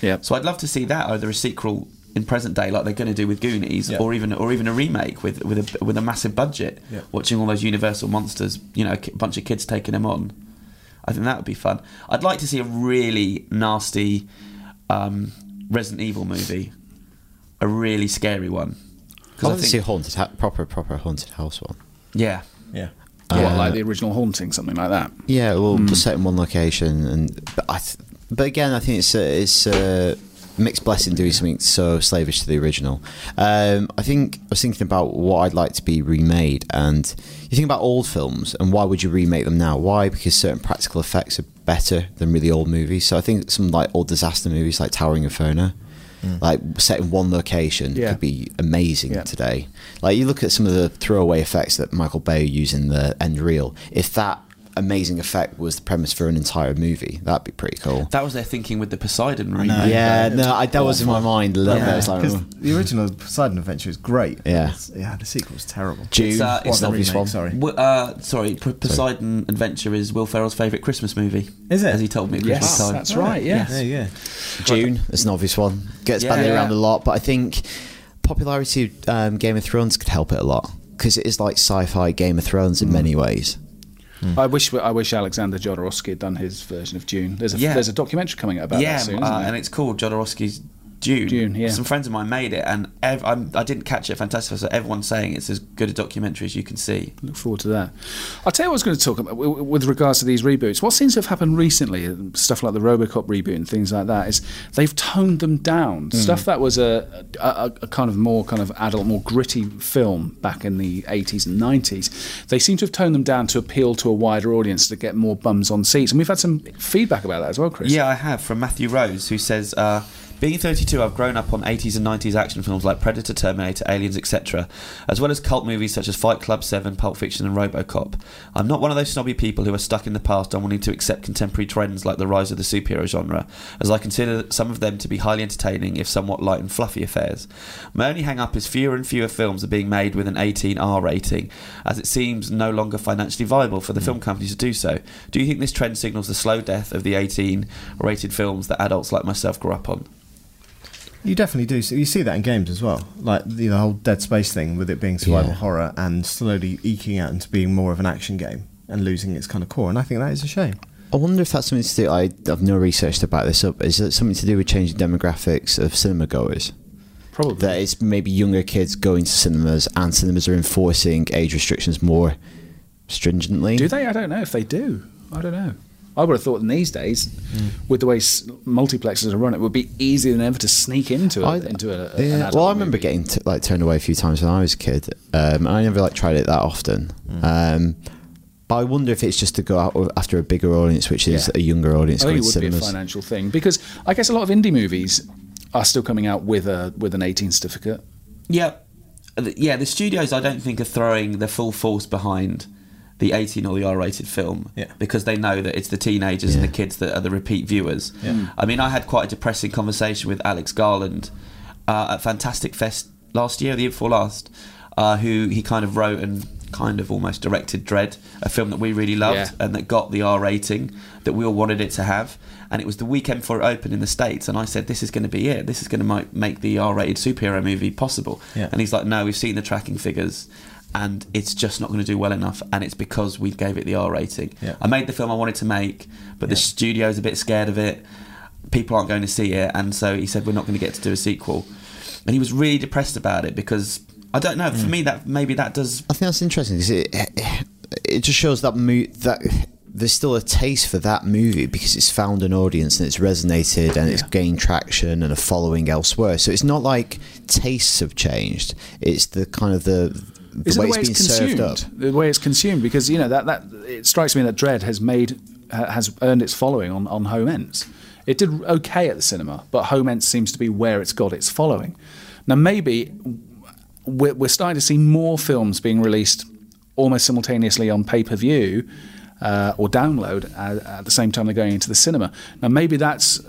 Speaker 1: Yeah.
Speaker 3: So I'd love to see that either a sequel in present day, like they're going to do with Goonies,
Speaker 4: Yeah.
Speaker 3: or even or even a remake with with a, with a massive budget.
Speaker 4: Yeah.
Speaker 3: Watching all those Universal monsters, you know, a ki- bunch of kids taking them on. I think that would be fun. I'd like to see a really nasty um, Resident Evil movie, a really scary one.
Speaker 2: I
Speaker 3: Because
Speaker 2: want to see a haunted, ha- proper, proper haunted house one.
Speaker 3: yeah,
Speaker 4: Yeah.
Speaker 1: What,
Speaker 2: Uh,
Speaker 1: like the original Haunting, something like that.
Speaker 2: Yeah, well,
Speaker 1: Hmm.
Speaker 2: set in one location, and but I, th- but again, I think it's a, it's a mixed blessing doing something so slavish to the original. Um, I think I was thinking about what I'd like to be remade, and you think about old films and why would you remake them now? Why? Because certain practical effects are better than really old movies. So I think some like old disaster movies like Towering Inferno. Like set in one location
Speaker 1: Hmm. Yeah.
Speaker 2: could be amazing
Speaker 1: Yeah.
Speaker 2: today. Like you look at some of the throwaway effects that Michael Bay used in the end reel. If that amazing effect was the premise for an entire movie, that'd be pretty cool.
Speaker 3: that was their thinking with the Poseidon remake.
Speaker 4: know.
Speaker 2: yeah,
Speaker 4: It's
Speaker 2: no, I, that was in my mind a little bit. It's like,
Speaker 4: Because
Speaker 2: oh,
Speaker 4: the original Poseidon Adventure is great.
Speaker 2: Yeah.
Speaker 4: It's- yeah, the sequel's terrible.
Speaker 2: June,
Speaker 3: It's, uh,
Speaker 2: it's an
Speaker 3: it's
Speaker 4: the
Speaker 2: obvious
Speaker 4: remake,
Speaker 2: one.
Speaker 4: Sorry.
Speaker 3: W- Uh, sorry, P- Poseidon Adventure is Will Ferrell's favourite Christmas movie.
Speaker 4: Is it?
Speaker 3: As he told me at
Speaker 1: Yes,
Speaker 3: Christmas time.
Speaker 1: that's right. Yes.
Speaker 4: There you go.
Speaker 2: June, it's an obvious one. Gets
Speaker 3: Yeah.
Speaker 2: bandied around a lot, but I think popularity of um, Game of Thrones could help it a lot because it is like sci-fi Game of Thrones in many ways. Mm.
Speaker 1: I wish I wish Alexander Jodorowsky had done his version of Dune. There's a
Speaker 3: Yeah.
Speaker 1: there's a documentary coming out about
Speaker 3: yeah,
Speaker 1: that soon.
Speaker 3: uh,
Speaker 1: isn't there?
Speaker 3: and it's called Jodorowsky's Dune.
Speaker 1: Dune, yeah.
Speaker 3: Some friends of mine made it, and ev- I'm, I didn't catch it. Fantastic! So everyone's saying it's as good a documentary as you can see.
Speaker 1: Look forward to that. I'll tell you what I was going to talk about w- w- with regards to these reboots. What seems to have happened recently, uh, stuff like the Robocop reboot and things like that, is they've toned them down. Stuff that was a, a, a- a kind of more kind of adult, more gritty film back in the 80s and 90s, they seem to have toned them down to appeal to a wider audience to get more bums on seats. And we've had some feedback about that as well, Chris.
Speaker 3: Yeah, I have from Matthew Rose, who says, uh, "Being 32, I've grown up on 80s and 90s action films like Predator, Terminator, Aliens, etc., as well as cult movies such as Fight Club, Seven, Pulp Fiction, and RoboCop. I'm not one of those snobby people who are stuck in the past and wanting to accept contemporary trends like the rise of the superhero genre, as I consider some of them to be highly entertaining, if somewhat light and fluffy affairs. My only hang-up is fewer and fewer films are being made with an 18R rating, as it seems no longer financially viable for the film companies to do so. Do you think this trend signals the slow death of the 18-rated films that adults like myself grew up on?
Speaker 4: You definitely do. So you see that in games as well, like the, the whole Dead Space thing with it being survival
Speaker 2: Yeah.
Speaker 4: horror and slowly eking out into being more of an action game and losing its kind of core. And I think that is a shame.
Speaker 2: I wonder if that's something to do. I, I've no researched about this up. Is it something to do with changing demographics of cinema goers?
Speaker 1: probably.
Speaker 2: That it's maybe younger kids going to cinemas, and cinemas are enforcing age restrictions more stringently.
Speaker 1: Do they? I don't know if they do. I don't know. I would have thought in these days, with the way s- multiplexes are run, it would be easier than ever to sneak into a,
Speaker 2: I-
Speaker 1: into a, a-
Speaker 2: yeah,
Speaker 1: an adult
Speaker 2: well, I remember
Speaker 1: movie.
Speaker 2: getting t- like turned away a few times when I was a kid. Um, and I never like tried it that often.
Speaker 1: Mm.
Speaker 2: Um, but I wonder if it's just to go out o- after a bigger audience, which is
Speaker 1: Yeah.
Speaker 2: a younger audience
Speaker 1: I think
Speaker 2: going
Speaker 1: it
Speaker 2: to
Speaker 1: would be a
Speaker 2: cinemas.
Speaker 1: financial thing because I guess a lot of indie movies are still coming out with a with an 18 certificate.
Speaker 3: Yeah, Th- yeah. The studios, I don't think, are throwing the full force behind the 18 or the R-rated film
Speaker 4: Yeah.
Speaker 3: because they know that it's the teenagers and
Speaker 2: Yeah.
Speaker 3: the kids that are the repeat viewers.
Speaker 4: Yeah.
Speaker 3: I mean, I had quite a depressing conversation with Alex Garland uh, at Fantastic Fest last year, the year before last, uh, who he kind of wrote and kind of almost directed Dread, a film that we really loved
Speaker 1: Yeah.
Speaker 3: and that got the R rating that we all wanted it to have. And it was the weekend before it opened in the States. And I said, This is going to be it. This is going to mi- make the R rated superhero movie possible.
Speaker 4: Yeah.
Speaker 3: And he's like, No, we've seen the tracking figures. And it's just not going to do well enough, and it's because we gave it the R rating.
Speaker 4: Yeah.
Speaker 3: I made the film I wanted to make, but the
Speaker 4: Yeah.
Speaker 3: studio's a bit scared of it. People aren't going to see it, and so he said we're not going to get to do a sequel. And he was really depressed about it because I don't know.
Speaker 4: Mm.
Speaker 3: For me, that maybe that does.
Speaker 2: I think that's interesting because it it just shows that mo- that there's still a taste for that movie because it's found an audience and it's resonated and it's gained traction and a following elsewhere. So it's not like tastes have changed. It's the kind of the the
Speaker 1: Is
Speaker 2: way
Speaker 1: it the way
Speaker 2: it's
Speaker 1: it's,
Speaker 2: being
Speaker 1: consumed?
Speaker 2: served up.
Speaker 1: The way it's consumed because you know that that it strikes me that Dread has made ha- has earned its following on on home ends. It did okay at the cinema, but home ends seems to be where it's got its following. Now maybe we're, we're starting to see more films being released almost simultaneously on pay per view uh, or download at, at the same time they're going into the cinema. Now, maybe that's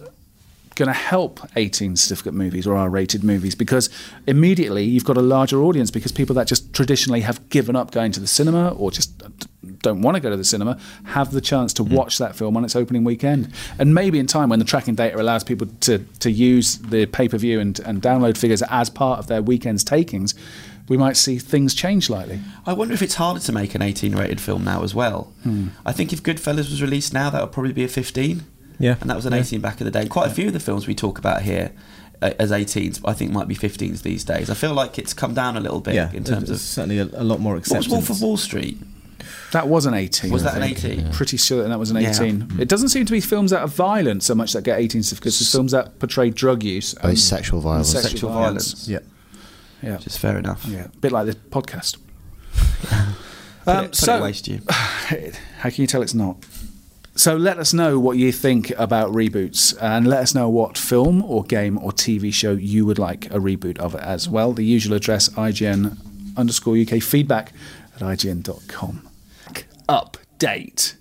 Speaker 1: going to help 18 certificate movies or R rated movies because immediately you've got a larger audience because people that just traditionally have given up going to the cinema or just don't want to go to the cinema have the chance to
Speaker 3: Hmm.
Speaker 1: watch that film on its opening weekend. And maybe in time when the tracking data allows people to, to use the pay per view and, and download figures as part of their weekend's takings, we might see things change slightly.
Speaker 3: I wonder if it's harder to make an 18-rated film now as well.
Speaker 4: Hmm.
Speaker 3: I think if Goodfellas was released now, that would probably be a 15.
Speaker 4: Yeah.
Speaker 3: and that was an
Speaker 4: Yeah.
Speaker 3: 18 back in the day. Quite a few of the films we talk about here. uh, As 18s, I think might be 15s these days. I feel like it's come down a little bit
Speaker 4: yeah,
Speaker 3: in terms
Speaker 4: it's
Speaker 3: of
Speaker 4: certainly a, a lot more
Speaker 3: what was
Speaker 4: acceptance.
Speaker 3: Wolf of Wall Street?
Speaker 1: That was an 18.
Speaker 3: Was
Speaker 1: I
Speaker 3: that an
Speaker 1: think.
Speaker 3: 18?
Speaker 1: Pretty sure that, that was an
Speaker 3: Yeah. Hmm.
Speaker 1: 18. It doesn't seem to be films that are violent so much that get 18 certificates. It's films that portray drug use.
Speaker 2: Oh,
Speaker 1: and-
Speaker 2: it's sexual
Speaker 1: and
Speaker 2: violence.
Speaker 1: Sexual,
Speaker 3: Sexual
Speaker 1: violence.
Speaker 3: violence.
Speaker 4: Yeah,
Speaker 1: Yeah.
Speaker 3: Which is fair enough.
Speaker 1: yeah. A bit like this podcast.
Speaker 3: Put
Speaker 1: Um,
Speaker 3: it- put
Speaker 1: so-
Speaker 3: it away, Stu.
Speaker 1: How can you tell it's not? So let us know what you think about reboots and let us know what film or game or TV show you would like a reboot of as well. The usual address IGN underscore UK feedback at IGN.com. Update.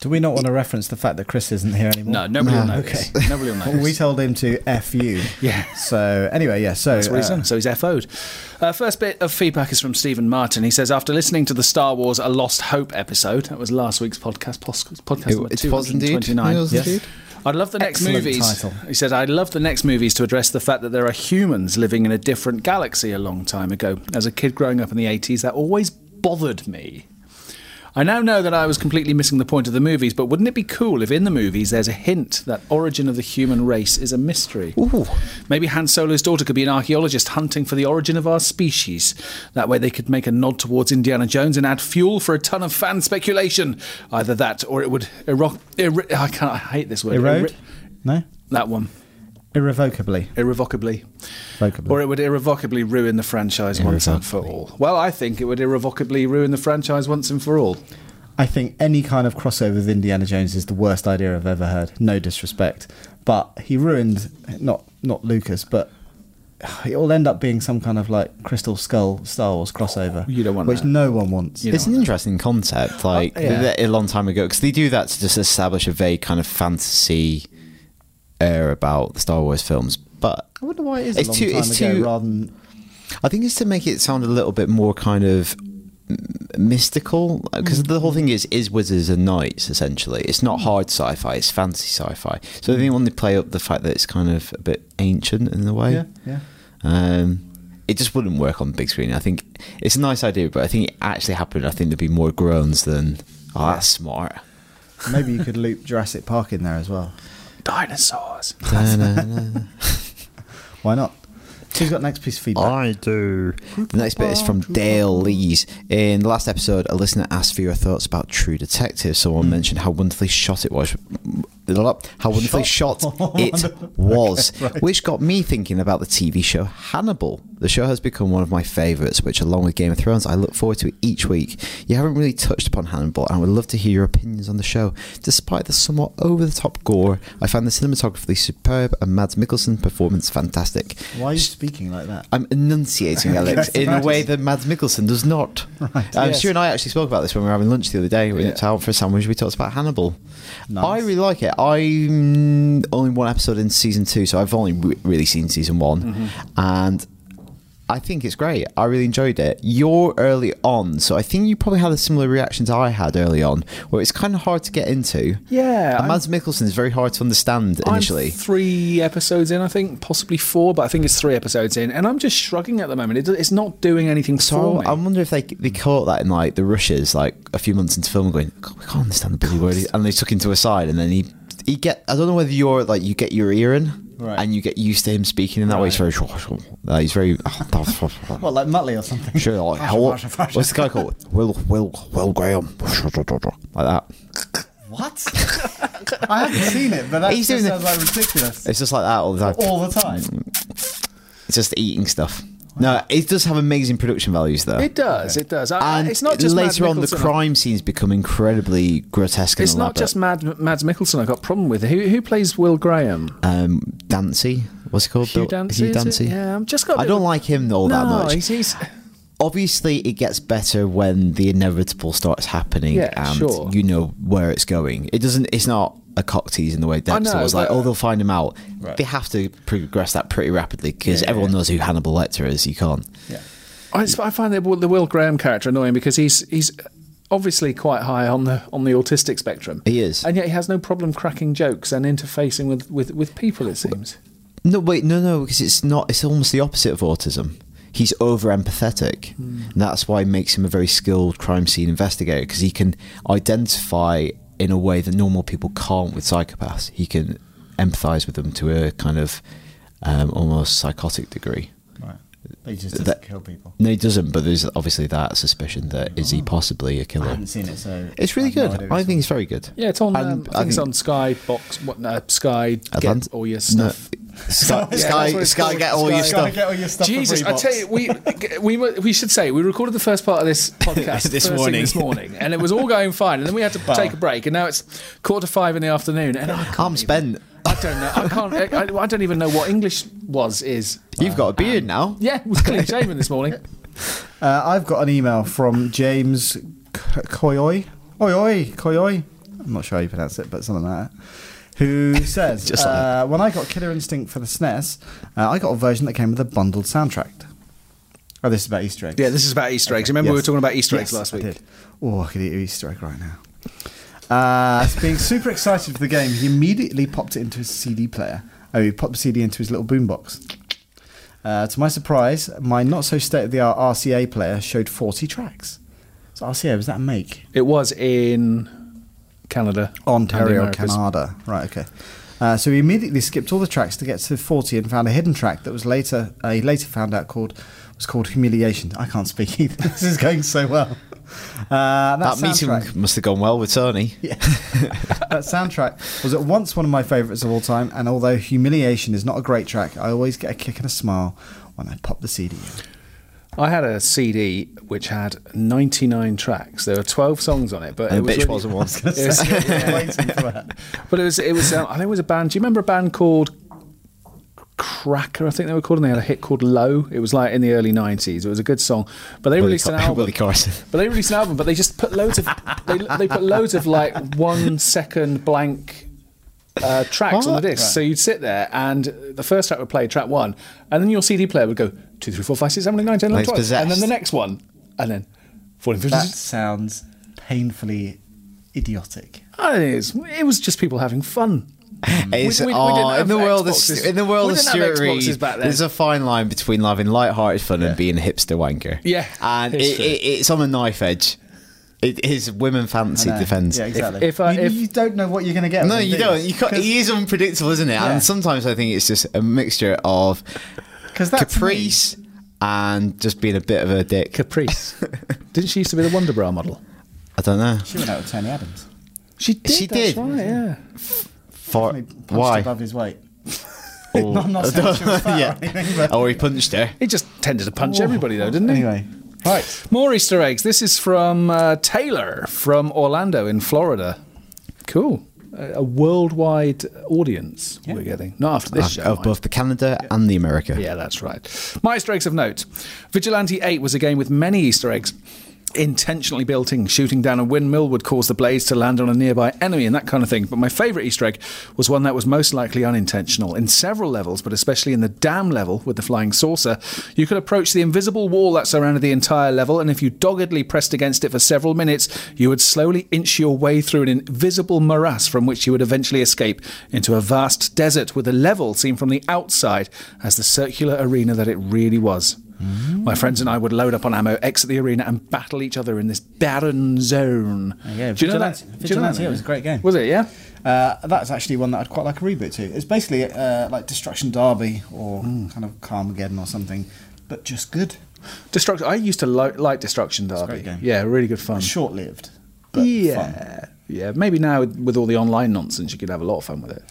Speaker 4: Do we not want to reference the fact that Chris isn't here anymore?
Speaker 1: No, nobody will
Speaker 3: Ah,
Speaker 4: No,
Speaker 1: know.
Speaker 4: okay.
Speaker 1: this. Nobody will know.
Speaker 4: Well, we
Speaker 1: this.
Speaker 4: told him to f you.
Speaker 1: Yeah.
Speaker 4: So anyway, yeah. So
Speaker 1: That's what he's
Speaker 4: uh,
Speaker 1: done. So he's FO'd. Uh, first bit of feedback is from Stephen Martin. He says, after listening to the Star Wars A Lost Hope episode, that was last week's podcast, pos- podcast
Speaker 2: It-
Speaker 1: number
Speaker 2: it was indeed.
Speaker 1: 229.
Speaker 2: It was Yes. indeed.
Speaker 1: I'd love the next
Speaker 4: Excellent
Speaker 1: movies.
Speaker 4: title.
Speaker 1: He said, I'd love the next movies to address the fact that there are humans living in a different galaxy a long time ago. As a kid growing up in the 80s, that always bothered me. I now know that I was completely missing the point of the movies, but wouldn't it be cool if in the movies there's a hint that origin of the human race is a mystery? Maybe Han Solo's daughter could be an archaeologist hunting for the origin of our species. That way they could make a nod towards Indiana Jones and add fuel for a ton of fan speculation. Either that or it would ero- eri- I can't I hate this word.
Speaker 4: Erode?
Speaker 1: Eri-
Speaker 4: No?
Speaker 1: that one.
Speaker 4: Irrevocably.
Speaker 1: Irrevocably.
Speaker 4: Irrevocably.
Speaker 1: Or it would irrevocably ruin the franchise once and for all. Well, I think it would irrevocably ruin the franchise once and for all.
Speaker 4: I think any kind of crossover with Indiana Jones is the worst idea I've ever heard. No disrespect, but he ruined not not Lucas, but it'll end up being some kind of like Crystal Skull Star Wars crossover.
Speaker 1: You don't want
Speaker 4: which
Speaker 1: that.
Speaker 4: no one wants.
Speaker 1: You
Speaker 2: It's
Speaker 1: know. Oh,
Speaker 2: an interesting concept, like
Speaker 4: yeah.
Speaker 2: that- a long time ago, because they do that to just establish a vague kind of fantasy air about the Star Wars films. But
Speaker 4: I wonder why it is
Speaker 2: It's
Speaker 4: a long
Speaker 2: too-
Speaker 4: time
Speaker 2: it's
Speaker 4: ago
Speaker 2: too-
Speaker 4: rather than
Speaker 2: I think it's to make it sound a little bit more kind of m- mystical, because the whole thing is is wizards and knights essentially. It's not hard sci-fi; it's fantasy sci-fi. So I think when they play up the fact that it's kind of a bit ancient in a way,
Speaker 4: yeah yeah.
Speaker 2: Um, it just wouldn't work on big screen. I think it's a nice idea, but I think it actually happened. I think there'd be more groans than oh, that's smart.
Speaker 4: Maybe you could loop Jurassic Park in there as well.
Speaker 1: Dinosaurs.
Speaker 4: Why not? Who's got next piece of feedback?
Speaker 2: I do. The next bit is from Dale Lees. In the last episode, a listener asked for your thoughts about True Detective.
Speaker 4: Hmm.
Speaker 2: Someone mentioned how wonderfully shot it was. How wonderfully shot, it was, which got me thinking about the TV show Hannibal. The show has become one of my favourites, which, along with Game of Thrones, I look forward to each week. You haven't really touched upon Hannibal, and I would love to hear your opinions on the show. Despite the somewhat over the top gore, I found the cinematography superb and Mads Mikkelsen's performance fantastic.
Speaker 4: Why are you speaking like that?
Speaker 2: I'm enunciating, Alex, in a way that Mads Mikkelsen does not. Um,
Speaker 1: Yes.
Speaker 2: Stu and I actually spoke about this when we were having lunch the other day. We went out for a sandwich. We talked about Hannibal.
Speaker 4: Nice.
Speaker 2: I really like it. I'm only one episode in season two, so I've only re- really seen season one,
Speaker 1: Mm-hmm.
Speaker 2: and I think it's great. I really enjoyed it. You're early on, so I think you probably had a similar reaction to I had early on, where it's kind of hard to get into.
Speaker 1: Yeah,
Speaker 2: and Mads Mikkelsen is very hard to understand initially.
Speaker 1: I'm three episodes in, I think, possibly four, but I think it's three episodes in, and I'm just shrugging at the moment. It, it's not doing anything for
Speaker 2: So
Speaker 1: me.
Speaker 2: I wonder if they they caught that in like the rushes, like a few months into film, going, God, we can't understand the bloody word, and they took him to a side, and then he he get. I don't know whether you're like you get your ear in,
Speaker 4: Right.
Speaker 2: and you get used to him speaking in that way. He's very, uh, he's very.
Speaker 4: What like Muttley or something?
Speaker 2: Sure, like, how, what's the guy called? Will Will Will Graham, like that.
Speaker 4: What? I haven't seen it, but that
Speaker 2: He's doing
Speaker 4: just sounds
Speaker 2: the-
Speaker 4: like ridiculous.
Speaker 2: It's just like that all the time.
Speaker 4: All the time.
Speaker 2: It's just eating stuff. No, it does have amazing production values though.
Speaker 1: it does, it does. I,
Speaker 2: and
Speaker 1: Uh, it's not just Mads
Speaker 2: later on, the
Speaker 1: Mikkelsen.
Speaker 2: crime scenes become incredibly grotesque.
Speaker 1: It's
Speaker 2: and
Speaker 1: not
Speaker 2: elaborate.
Speaker 1: just Mad, Mads Mikkelsen I've got a problem with. Who, who plays Will Graham?
Speaker 2: um, Dancy. What's it called?
Speaker 1: Hugh
Speaker 2: Bill-
Speaker 1: Dancy?
Speaker 2: Hugh
Speaker 1: is it?
Speaker 2: Dancy.
Speaker 1: Yeah, I'm just got. a
Speaker 2: I
Speaker 1: bit
Speaker 2: don't
Speaker 1: of-
Speaker 2: like him all that
Speaker 1: no,
Speaker 2: much.
Speaker 1: He's, he's,
Speaker 2: Obviously, it gets better when the inevitable starts happening,
Speaker 1: Yeah,
Speaker 2: and
Speaker 1: sure.
Speaker 2: you know where it's going. It doesn't. It's not a cock tease in the way Dexter
Speaker 1: know,
Speaker 2: was like,
Speaker 1: but-
Speaker 2: "Oh, they'll find him out." They have to progress that pretty rapidly because everyone knows who Hannibal Lecter is. You can't.
Speaker 1: I, I find the, the Will Graham character annoying because he's he's obviously quite high on the on the autistic spectrum.
Speaker 2: He is.
Speaker 1: and yet he has no problem cracking jokes and interfacing with with, with people. It seems.
Speaker 2: No, wait, no, no, because it's not. It's almost the opposite of autism. He's over empathetic.
Speaker 4: Hmm.
Speaker 2: And that's why it makes him a very skilled crime scene investigator because he can identify in a way that normal people can't with psychopaths. He can empathize with them to a kind of um, almost psychotic degree.
Speaker 4: Right. But he just doesn't
Speaker 2: That-
Speaker 4: kill people.
Speaker 2: No, he doesn't. But there's obviously that suspicion that is he possibly a
Speaker 4: I
Speaker 2: killer?
Speaker 4: haven't seen it, so
Speaker 2: It's really
Speaker 4: Oh. I have no
Speaker 2: good.
Speaker 4: idea
Speaker 2: I
Speaker 4: what's
Speaker 2: think it's very good.
Speaker 1: Yeah, it's on.
Speaker 2: And
Speaker 1: Um, I, think it's on Sky Box. What no, Sky? Get
Speaker 2: Atlant-
Speaker 1: all your
Speaker 2: No,
Speaker 1: stuff.
Speaker 2: Sky,
Speaker 1: Yeah,
Speaker 2: Sky,
Speaker 1: that's what it's
Speaker 2: Sky,
Speaker 1: called.
Speaker 2: get all your
Speaker 1: Sky.
Speaker 4: Gotta
Speaker 2: stuff.
Speaker 4: get all your stuff. from
Speaker 1: Jesus, I
Speaker 4: Reeboks.
Speaker 1: tell you, we we mu- we should say we recorded the first part of this podcast
Speaker 2: This
Speaker 1: first thing
Speaker 2: morning.
Speaker 1: this morning, and it was all going fine, and then we had to take a break, and now it's quarter to five in the afternoon, and I, can't
Speaker 2: I'm
Speaker 1: even-
Speaker 2: spent.
Speaker 1: I don't know. I can't. I, I don't even know what English was is.
Speaker 2: You've got a beard now.
Speaker 1: Yeah, it was clean shaven this morning.
Speaker 4: Uh, I've got an email from James K- Koyoi. Oi, oi, Koyoi. I'm not sure how you pronounce it, but something like that. Who says,
Speaker 2: Just like
Speaker 4: uh, when I got Killer Instinct for the SNES, uh, I got a version that came with a bundled soundtrack. Oh, this is about Easter eggs.
Speaker 1: Yeah, this is about Easter eggs. Remember we were
Speaker 4: Yes.
Speaker 1: talking about Easter eggs
Speaker 4: Yes,
Speaker 1: last
Speaker 4: I
Speaker 1: week.
Speaker 4: did. Oh, I could eat an Easter egg right now. Uh, being super excited for the game, he immediately popped it into his CD player. Oh, he popped the CD into his little boombox. Uh, to my surprise, my not so state of the art RCA player showed 40 tracks. So RCA was that a make?
Speaker 1: It was in Canada. and the
Speaker 4: Ontario,
Speaker 1: Americas.
Speaker 4: Canada. Right, okay. Uh, so he immediately skipped all the tracks to get to 40 and found a hidden track that was later uh, he later found out called was called Humiliation. I can't speak either. this is going so well. Uh,
Speaker 2: That,
Speaker 4: that
Speaker 2: meeting
Speaker 4: soundtrack-
Speaker 2: must have gone well with Tony.
Speaker 4: yeah. that soundtrack was at once one of my favourites of all time, and although Humiliation is not a great track, I always get a kick and a smile when I pop the CD in.
Speaker 1: I had a CD which had 99 tracks. There were 12 songs on it, but
Speaker 2: And
Speaker 1: it was
Speaker 2: bitch
Speaker 1: really-
Speaker 2: wasn't
Speaker 4: I
Speaker 2: one.
Speaker 4: was going to
Speaker 1: It was-
Speaker 4: say, I was waiting for that.
Speaker 1: But it was it was um, I think it was a band. Do you remember a band called Cracker? I think they were called, and they had a hit called Low. It was like in the early nineties. It was a good song, but they
Speaker 2: Willie
Speaker 1: released an
Speaker 2: Car-
Speaker 1: album.
Speaker 2: Willie Carson.
Speaker 1: But they released an album, but they just put loads of they, they put loads of like one second blank. Uh, tracks on the
Speaker 2: What?
Speaker 1: disc, so you'd sit there, and the first track would play track one, and then your CD player would go two, three, four, five, six, seven, eight, nine, ten, eleven,
Speaker 2: Like
Speaker 1: twelve, and then
Speaker 2: possessed.
Speaker 1: the next one, and then fourteen, fifteen.
Speaker 4: That
Speaker 1: 16.
Speaker 4: sounds painfully idiotic.
Speaker 1: I don't know, it was, it was just people having fun.
Speaker 2: It's,
Speaker 1: we- we
Speaker 2: oh,
Speaker 1: didn't have
Speaker 2: in the world
Speaker 1: Xboxes.
Speaker 2: of in the world
Speaker 1: We
Speaker 2: of
Speaker 1: didn't have
Speaker 2: Stuart Reed,
Speaker 1: Xboxes back then.
Speaker 2: there's a fine line between having light-hearted fun and being a hipster wanker.
Speaker 1: Yeah,
Speaker 2: and it,
Speaker 1: it's true.
Speaker 2: it, it's on a knife edge. It is women fantasy
Speaker 4: No.
Speaker 2: defense.
Speaker 4: Yeah, exactly.
Speaker 1: if I-
Speaker 4: you,
Speaker 1: if-
Speaker 4: you don't know what you're going to get.
Speaker 2: No,
Speaker 4: with
Speaker 2: you
Speaker 4: them,
Speaker 2: don't. You can't,
Speaker 4: Because
Speaker 2: he is unpredictable, isn't it?
Speaker 4: Yeah.
Speaker 2: And sometimes I think it's just a mixture of
Speaker 4: 'cause that to me-
Speaker 2: caprice and just being a bit of a dick.
Speaker 1: Caprice. Didn't she used to be the Wonder Bra model?
Speaker 2: I don't know.
Speaker 4: She went out with Tony Adams.
Speaker 1: She did.
Speaker 2: She
Speaker 1: that's
Speaker 2: did.
Speaker 1: Right, yeah.
Speaker 2: For,
Speaker 4: He punched
Speaker 2: why?
Speaker 4: above his weight.
Speaker 2: Or-
Speaker 4: Not- not saying she was fat or anything, but-
Speaker 2: or Oh, he punched her.
Speaker 1: He just tended to punch everybody, though, didn't he?
Speaker 4: Anyway, right.
Speaker 1: More Easter eggs. This is from uh, Taylor from Orlando in Florida. Cool. A a worldwide audience we're getting. Not after this show.
Speaker 2: Of
Speaker 1: mind.
Speaker 2: both the Canada and the America.
Speaker 1: Yeah, that's right. My Easter eggs of note Vigilante 8 was a game with many Easter eggs. Intentionally built in, shooting down a windmill would cause the blades to land on a nearby enemy and that kind of thing. But my favourite Easter egg was one that was most likely unintentional. In several levels, but especially in the dam level with the flying saucer, you could approach the invisible wall that surrounded the entire level, and if you doggedly pressed against it for several minutes, you would slowly inch your way through an invisible morass from which you would eventually escape into a vast desert with the level seen from the outside as the circular arena that it really was. My friends and I would load up on ammo, exit the arena, and battle each other in this barren zone.
Speaker 4: Yeah,
Speaker 1: Do you know that?
Speaker 4: Vigilante-
Speaker 1: do you know
Speaker 4: Vigilante,
Speaker 1: that?
Speaker 4: it was a great game.
Speaker 1: Was it? Yeah.
Speaker 4: Uh, that's actually one that I'd quite like a reboot to. It's basically uh, like Destruction Derby or
Speaker 1: Hmm.
Speaker 4: kind of Carmageddon or something, but just good.
Speaker 1: Destruction. I used to lo- like Destruction Derby.
Speaker 4: great game.
Speaker 1: Yeah, really good fun.
Speaker 4: Short lived, but fun.
Speaker 1: yeah. Yeah, maybe now with all the online nonsense, you could have a lot of fun with it.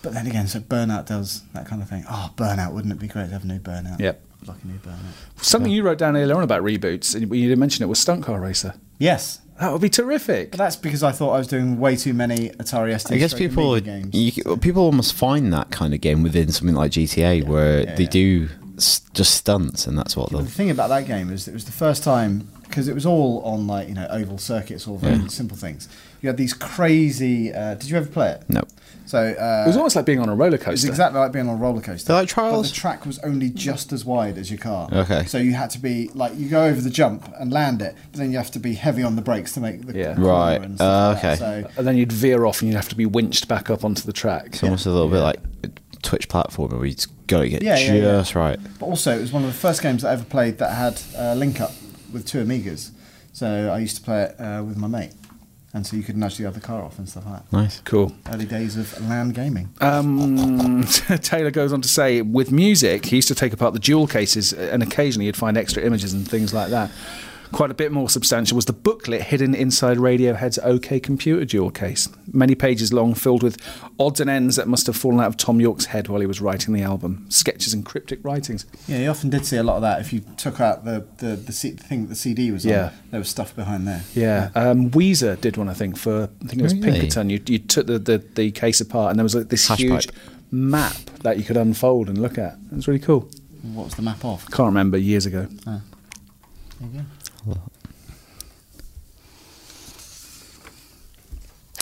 Speaker 4: But then again, so Burnout does that kind of thing. Oh, Burnout, wouldn't it be great to have a new Burnout?
Speaker 1: Yep.
Speaker 4: I'd like a new Burnout.
Speaker 1: Something you wrote down earlier on about reboots, and you didn't mention it, was Stunt Car Racer.
Speaker 4: Yes.
Speaker 1: That would be terrific.
Speaker 4: But that's because I thought I was doing way too many Atari ST.
Speaker 2: I guess
Speaker 4: stroke
Speaker 2: people
Speaker 4: Amiga
Speaker 2: would,
Speaker 4: games.
Speaker 2: you, c- people almost find that kind of game within something like GTA where
Speaker 4: yeah,
Speaker 2: they
Speaker 4: yeah.
Speaker 2: do s- just stunts and that's what
Speaker 4: But
Speaker 2: they'll.
Speaker 4: the thing about that game is it was the first time because it was all on like you know oval circuits, all very
Speaker 2: Mm.
Speaker 4: simple things. You had these crazy. Uh, did you ever play it?
Speaker 2: No.
Speaker 4: So uh,
Speaker 1: it was almost like being on a roller coaster.
Speaker 4: It's exactly like being on a roller coaster.
Speaker 2: They're like
Speaker 4: But
Speaker 2: trials?
Speaker 4: the track was only just as wide as your car.
Speaker 2: Okay.
Speaker 4: So you had to be like you go over the jump and land it, but then you have to be heavy on the brakes to make the
Speaker 1: Yeah.
Speaker 4: corner
Speaker 2: Right.
Speaker 4: and stuff like
Speaker 2: Uh,
Speaker 4: that.
Speaker 2: okay.
Speaker 4: So
Speaker 1: And then you'd veer off and you'd have to be winched back up onto the track.
Speaker 2: It's almost a little bit like a Twitch platform where you just got to get
Speaker 4: Yeah, yeah, yeah.
Speaker 2: just right.
Speaker 4: but also it was one of the first games that I ever played that had uh, link up with two Amigas. So I used to play it uh, with my mate, and so you could nudge the other car off and stuff like that.
Speaker 2: Nice.
Speaker 1: Cool.
Speaker 4: Early days of land gaming.
Speaker 1: Um, Taylor goes on to say, with music, he used to take apart the jewel cases uh, and occasionally he'd find extra images and things like that. Quite a bit more substantial was the booklet hidden inside Radiohead's OK Computer jewel case, many pages long, filled with odds and ends that must have fallen out of Tom York's head while he was writing the album, sketches and cryptic writings.
Speaker 4: Yeah, you often did see a lot of that. If you took out the the, the, C- thing that the CD was
Speaker 1: Yeah.
Speaker 4: on, there was stuff behind there.
Speaker 1: Yeah, um, Weezer did one, I think, for I think it was
Speaker 2: Really?
Speaker 1: Pinkerton. You, you took the, the, the case apart, and there was like this
Speaker 2: Hash
Speaker 1: huge
Speaker 2: pipe.
Speaker 1: map that you could unfold and look at. It was really cool.
Speaker 4: What was the map of?
Speaker 1: Can't remember years ago.
Speaker 2: Oh.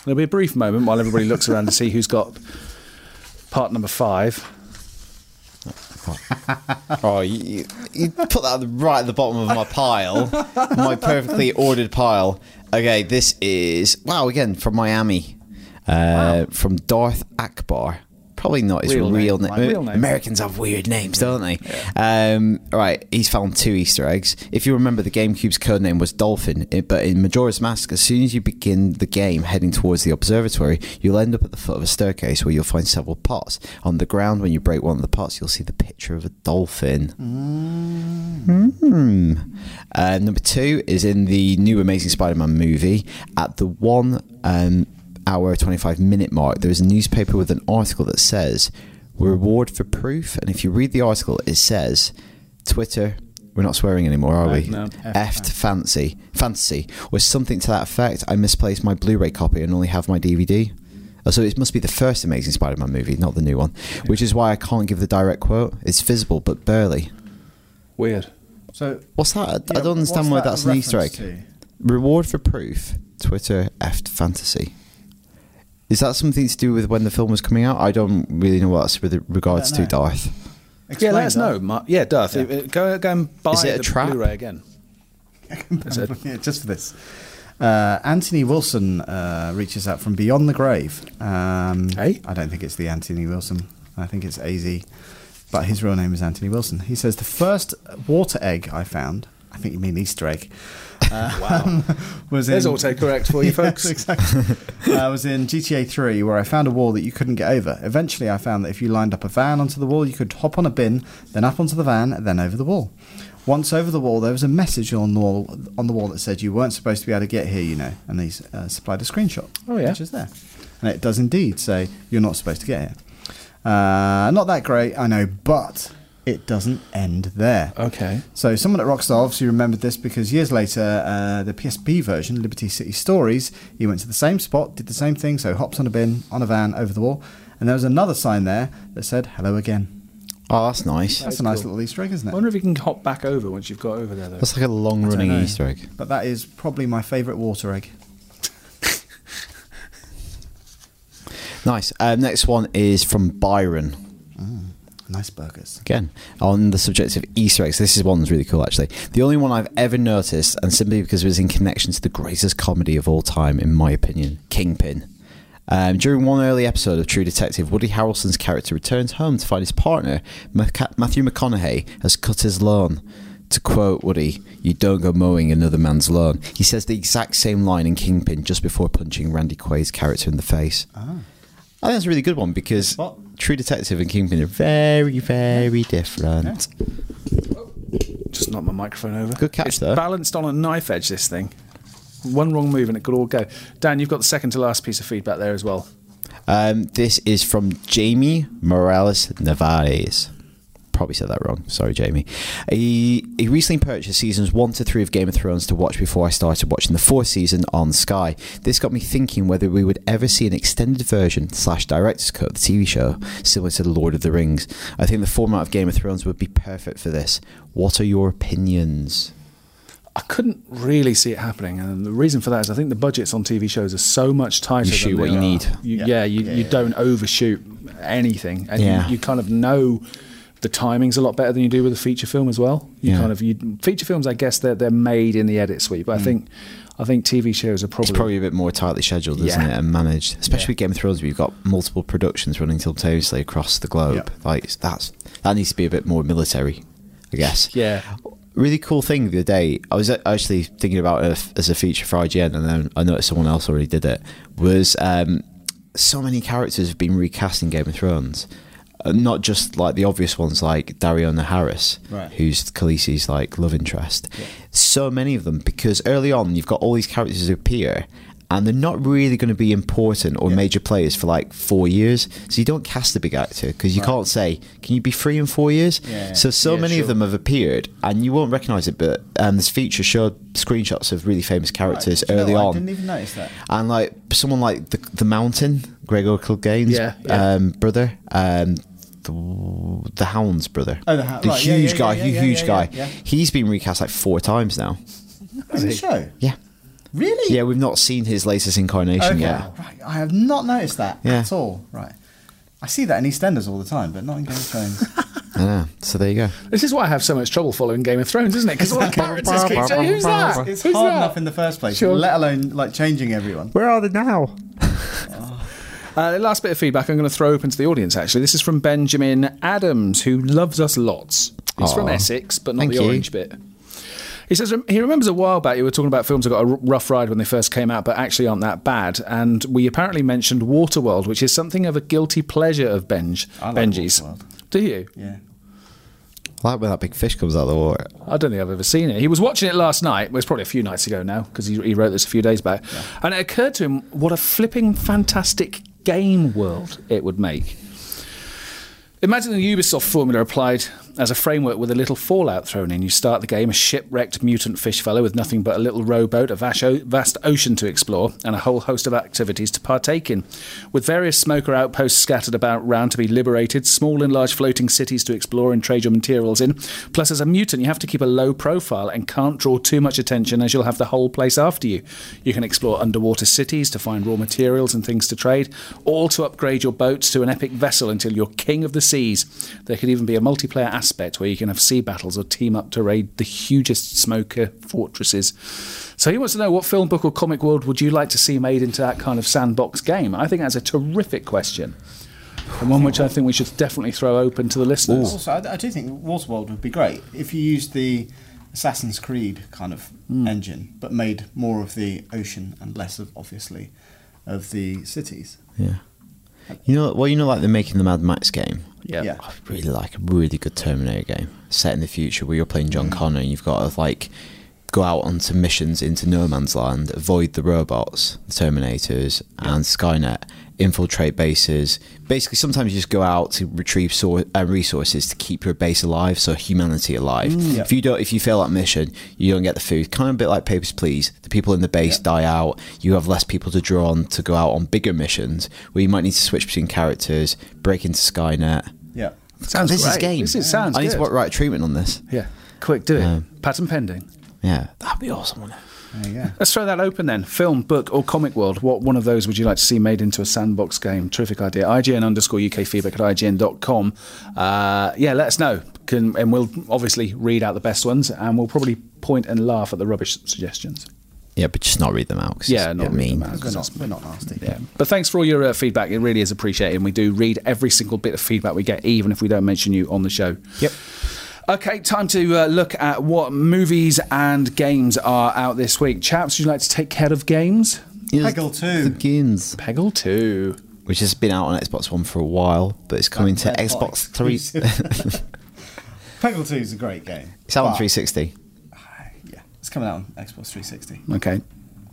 Speaker 1: There'll be a brief moment while everybody looks around to see who's got part number five.
Speaker 2: Oh, you, you put that at the- right at the bottom of my pile, my perfectly ordered pile. Okay, this is wow again from Miami, uh, from Darth Akbar. Probably not his
Speaker 1: Real
Speaker 2: real,
Speaker 1: name,
Speaker 2: name.
Speaker 1: like real name.
Speaker 2: Americans have weird names, don't they? Um, all right, he's found two Easter eggs. If you remember, the GameCube's codename was Dolphin, it- but in Majora's Mask, as soon as you begin the game heading towards the observatory, you'll end up at the foot of a staircase where you'll find several pots. On the ground, when you break one of the pots, you'll see the picture of a dolphin. Hmm. Uh, number two is in the new Amazing Spider-Man movie. At the one um, hour twenty-five minute mark, there is a newspaper with an article that says "Reward for proof." And if you read the article, it says Twitter. We're not swearing anymore, are we?
Speaker 1: No.
Speaker 2: Effed fancy, fantasy, or something to that effect. I misplaced my Blu-ray copy and only have my DVD. Oh, So it must be the first Amazing Spider-Man movie, not the new one, which is why I can't give the direct quote. It's visible but barely.
Speaker 1: Weird.
Speaker 4: So
Speaker 2: What's that? I-
Speaker 4: yeah,
Speaker 2: I don't understand
Speaker 4: what's
Speaker 2: why
Speaker 4: that a
Speaker 2: that's an Easter egg.
Speaker 4: reference to?
Speaker 2: Reward for proof. Twitter effed fantasy. Is that something to do with when the film was coming out? I don't really know what that's with regards
Speaker 4: Don't
Speaker 2: to
Speaker 4: know.
Speaker 2: Darth.
Speaker 1: yeah,
Speaker 4: Explain
Speaker 1: let us
Speaker 4: that.
Speaker 1: know. Mark. Yeah, Darth.
Speaker 4: Yeah.
Speaker 1: uh, Go, go and buy
Speaker 2: Is it a
Speaker 1: the
Speaker 2: trap?
Speaker 1: Blu-ray again. That's it.
Speaker 4: yeah, just for this. Uh, Anthony Wilson uh, reaches out from beyond the grave. Um,
Speaker 1: Hey?
Speaker 4: I don't think it's the Anthony Wilson. I think it's AZ. But his real name is Anthony Wilson. He says, The first water egg I found, I think you mean Easter egg. wow. was
Speaker 1: There's
Speaker 4: in-
Speaker 1: autocorrect for you,
Speaker 4: Yes,
Speaker 1: folks.
Speaker 4: exactly. Uh, I was in GTA 3 where I found a wall that you couldn't get over. Eventually, I found that if you lined up a van onto the wall, you could hop on a bin, then up onto the van, and then over the wall. Once over the wall, there was a message on the wall, on the wall that said, You weren't supposed to be able to get here, you know. And they uh, supplied a screenshot,
Speaker 1: Oh, yeah.
Speaker 4: which is there. And it does indeed say, You're not supposed to get here. Uh, not that great, I know, but it doesn't end there.
Speaker 1: Okay.
Speaker 4: So someone at Rockstar obviously remembered this because years later, uh, the PSP version, Liberty City Stories, he went to the same spot, did the same thing, so hopped on a bin, on a van, over the wall, and there was another sign there that said "Hello again."
Speaker 2: Oh, that's nice.
Speaker 4: That's
Speaker 1: is
Speaker 4: a nice
Speaker 1: cool.
Speaker 4: little Easter egg,
Speaker 1: I
Speaker 4: isn't
Speaker 1: wonder
Speaker 4: it?
Speaker 1: if you can hop back over once you've got over there, though.
Speaker 2: That's like a long-running
Speaker 4: know.
Speaker 2: Easter egg.
Speaker 4: But that is probably my favourite water egg.
Speaker 2: Nice. Um, next one is from Byron.
Speaker 4: Nice burgers.
Speaker 2: Again, on the subject of Easter eggs, this is one that's really cool actually. The only one I've ever noticed, and simply because it was in connection to the greatest comedy of all time, in my opinion, Kingpin. Um, during one early episode of True Detective, Woody Harrelson's character returns home to find his partner, Maca- Matthew McConaughey, has cut his lawn. To quote Woody, you don't go mowing another man's lawn. He says the exact same line in Kingpin just before punching Randy Quaid's character in the face. I think that's a really good one because
Speaker 4: What?
Speaker 2: True Detective and Kingpin are very, very different.
Speaker 1: Just knock my microphone over.
Speaker 2: Good catch
Speaker 1: it's
Speaker 2: there.
Speaker 1: Balanced on a knife edge, this thing. One wrong move and it could all go. Dan, you've got the second to last piece of feedback there as well.
Speaker 2: Um, this is from Jamie Morales Nevares. Probably said that wrong. Sorry, Jamie. He, he recently purchased seasons one to three of Game of Thrones to watch before I started watching the fourth season on Sky. This got me thinking whether we would ever see an extended version slash director's cut of the TV show, similar to The Lord of the Rings. I think the format of Game of Thrones would be perfect for this. What are your opinions?
Speaker 1: I couldn't really see it happening, and the reason for that is I think the budgets on TV shows are so much tighter.
Speaker 2: You shoot
Speaker 1: than
Speaker 2: what
Speaker 1: they
Speaker 2: you
Speaker 1: are.
Speaker 2: need.
Speaker 1: You, yeah.
Speaker 4: Yeah.
Speaker 1: you,
Speaker 4: Yeah,
Speaker 1: you
Speaker 4: yeah.
Speaker 1: don't overshoot anything, and
Speaker 2: Yeah.
Speaker 1: you, you kind of know the timings a lot better than you do with a feature film as well. You
Speaker 2: Yeah.
Speaker 1: kind of you, feature films, I guess they're they're made in the edit suite, but I think I think TV shows are
Speaker 2: Mm. It's
Speaker 1: probably,
Speaker 2: probably a bit more tightly scheduled, isn't
Speaker 1: Yeah.
Speaker 2: it, and managed. Especially with Game of Thrones, where you've got multiple productions running simultaneously across the globe.
Speaker 4: Yeah.
Speaker 2: Like it's- that's that needs to be a bit more military, I guess.
Speaker 1: yeah.
Speaker 2: Really cool thing the other day. I was actually thinking about it as a feature for IGN, and then I noticed someone else already did it. Was um, so many characters have been recast in Game of Thrones, Uh, not just like the obvious ones like Dariona Harris,
Speaker 4: Right.
Speaker 2: who's Khaleesi's like love interest. So many of them because early on you've got all these characters who appear. And they're not really going to be important or major players for like four years, so you don't cast a big actor because you can't say, "Can you be free in four years?"
Speaker 4: Yeah.
Speaker 2: So so
Speaker 1: Yeah,
Speaker 2: many
Speaker 1: sure.
Speaker 2: of them have appeared, and you won't recognise it. But um, this feature showed screenshots of really famous characters
Speaker 4: Do you know
Speaker 2: early
Speaker 4: what?
Speaker 2: on,
Speaker 4: I didn't e- even notice that.
Speaker 2: and like someone like the, the Mountain, Gregor Clegane,
Speaker 1: Yeah, yeah.
Speaker 2: um, brother, um, the, the Hound's brother,
Speaker 4: Oh, the Hound-
Speaker 2: the
Speaker 4: right, yeah,
Speaker 2: huge
Speaker 4: yeah,
Speaker 2: guy,
Speaker 4: yeah,
Speaker 2: hu-
Speaker 4: yeah,
Speaker 2: huge
Speaker 4: yeah,
Speaker 2: guy.
Speaker 4: yeah, yeah.
Speaker 2: He's been recast like four times now.
Speaker 4: In the show,
Speaker 2: Yeah,
Speaker 4: really?
Speaker 2: yeah, we've not seen his latest incarnation
Speaker 4: Okay.
Speaker 2: yet.
Speaker 4: Right. I have not noticed that
Speaker 2: Yeah.
Speaker 4: at all. Right. I see that in EastEnders all the time, but not in Game of Thrones.
Speaker 2: I know. So there you go.
Speaker 1: This is why I have so much trouble following Game of Thrones, isn't it? Because all the characters keep saying, "Who's that?
Speaker 4: It's
Speaker 1: Who's
Speaker 4: hard
Speaker 1: that?"
Speaker 4: enough in the first place,
Speaker 1: Sure.
Speaker 4: let alone like changing everyone.
Speaker 2: Where are they now?
Speaker 1: Uh, the last bit of feedback I'm going to throw open to the audience, actually. This is from Benjamin Adams, who loves us lots. He's from
Speaker 2: Aw.
Speaker 1: Essex, but not
Speaker 2: Thank
Speaker 1: the
Speaker 2: you.
Speaker 1: orange bit. He says rem- he remembers a while back you were talking about films that got a r- rough ride when they first came out, but actually aren't that bad. And we apparently mentioned Waterworld, which is something of a guilty pleasure of Benj-
Speaker 4: I like
Speaker 1: Benji's.
Speaker 4: Waterworld.
Speaker 1: Do you?
Speaker 4: Yeah.
Speaker 2: I like when that big fish comes out of the water.
Speaker 1: I don't think I've ever seen it. He was watching it last night. Well, it was probably a few nights ago now because he, he wrote this a few days back. And it occurred to him what a flipping fantastic game world it would make. Imagine the Ubisoft formula applied as a framework with a little Fallout thrown in. You start the game, a shipwrecked mutant fish fellow with nothing but a little rowboat, a vast, o- vast ocean to explore, and a whole host of activities to partake in. With various smoker outposts scattered about round to be liberated, small and large floating cities to explore and trade your materials in. Plus, as a mutant, you have to keep a low profile and can't draw too much attention as you'll have the whole place after you. You can explore underwater cities to find raw materials and things to trade, all to upgrade your boats to an epic vessel until you're king of the seas. There could even be a multiplayer aspect where you can have sea battles or team up to raid the hugest smoker fortresses. So he wants to know what film, book, or comic world would you like to see made into that kind of sandbox game? I think that's a terrific question. And one which I think we should definitely throw open to the listeners.
Speaker 4: Also, I, I do think Waterworld would be great if you used the Assassin's Creed kind of
Speaker 1: Hmm.
Speaker 4: engine, but made more of the ocean and less of obviously of the cities.
Speaker 2: Yeah. You know, well, you know, like they're making the Mad Max game.
Speaker 4: Yeah.
Speaker 2: I really like a really good Terminator game set in the future where you're playing John Connor and you've got to like go out onto missions into no man's land, avoid the robots, the Terminators, and Skynet, infiltrate bases. Basically, sometimes you just go out to retrieve sor- uh, resources to keep your base alive, so humanity alive.
Speaker 4: yeah.
Speaker 2: If you don't, if you fail that mission, you don't get the food. Kind of a bit like Papers Please. The people in the base die out. You have less people to draw on to go out on bigger missions where you might need to switch between characters, break into Skynet.
Speaker 4: Yeah.
Speaker 1: Sounds
Speaker 2: this is
Speaker 1: great.
Speaker 2: game.
Speaker 1: This is- sounds
Speaker 2: I need to
Speaker 1: good.
Speaker 2: work right treatment on this.
Speaker 1: Yeah. Quick, do it.
Speaker 2: Um,
Speaker 1: Patent pending.
Speaker 2: Yeah, that'd be awesome. Wouldn't it?
Speaker 4: There you go.
Speaker 1: Let's throw that open then. Film, book, or comic world. What one of those would you like to see made into a sandbox game? Terrific idea. IGN underscore UK feedback at IGN.com. Uh, yeah, let us know. Can, and we'll obviously read out the best ones and we'll probably point and laugh at the rubbish suggestions.
Speaker 2: Yeah, but just not read them out. 'cause
Speaker 1: Yeah,
Speaker 2: it's
Speaker 1: not read
Speaker 2: mean.
Speaker 1: them out.
Speaker 4: We're not, we're not nasty.
Speaker 1: Yeah. But thanks for all your uh, feedback. It really is appreciated. And we do read every single bit of feedback we get, even if we don't mention you on the show.
Speaker 2: Yep.
Speaker 1: Okay, time to uh, look at what movies and games are out this week. Chaps, would you like to take care of games?
Speaker 4: Peggle
Speaker 2: Is
Speaker 4: 2.
Speaker 2: The Games,
Speaker 1: Peggle 2.
Speaker 2: which has been out on Xbox One for a while, but it's coming to
Speaker 4: That's not
Speaker 2: Xbox Three.
Speaker 4: exclusive. Peggle 2 is a great game.
Speaker 2: It's out on
Speaker 4: but-
Speaker 2: 360.
Speaker 4: Yeah, it's coming out on Xbox 360.
Speaker 1: Okay,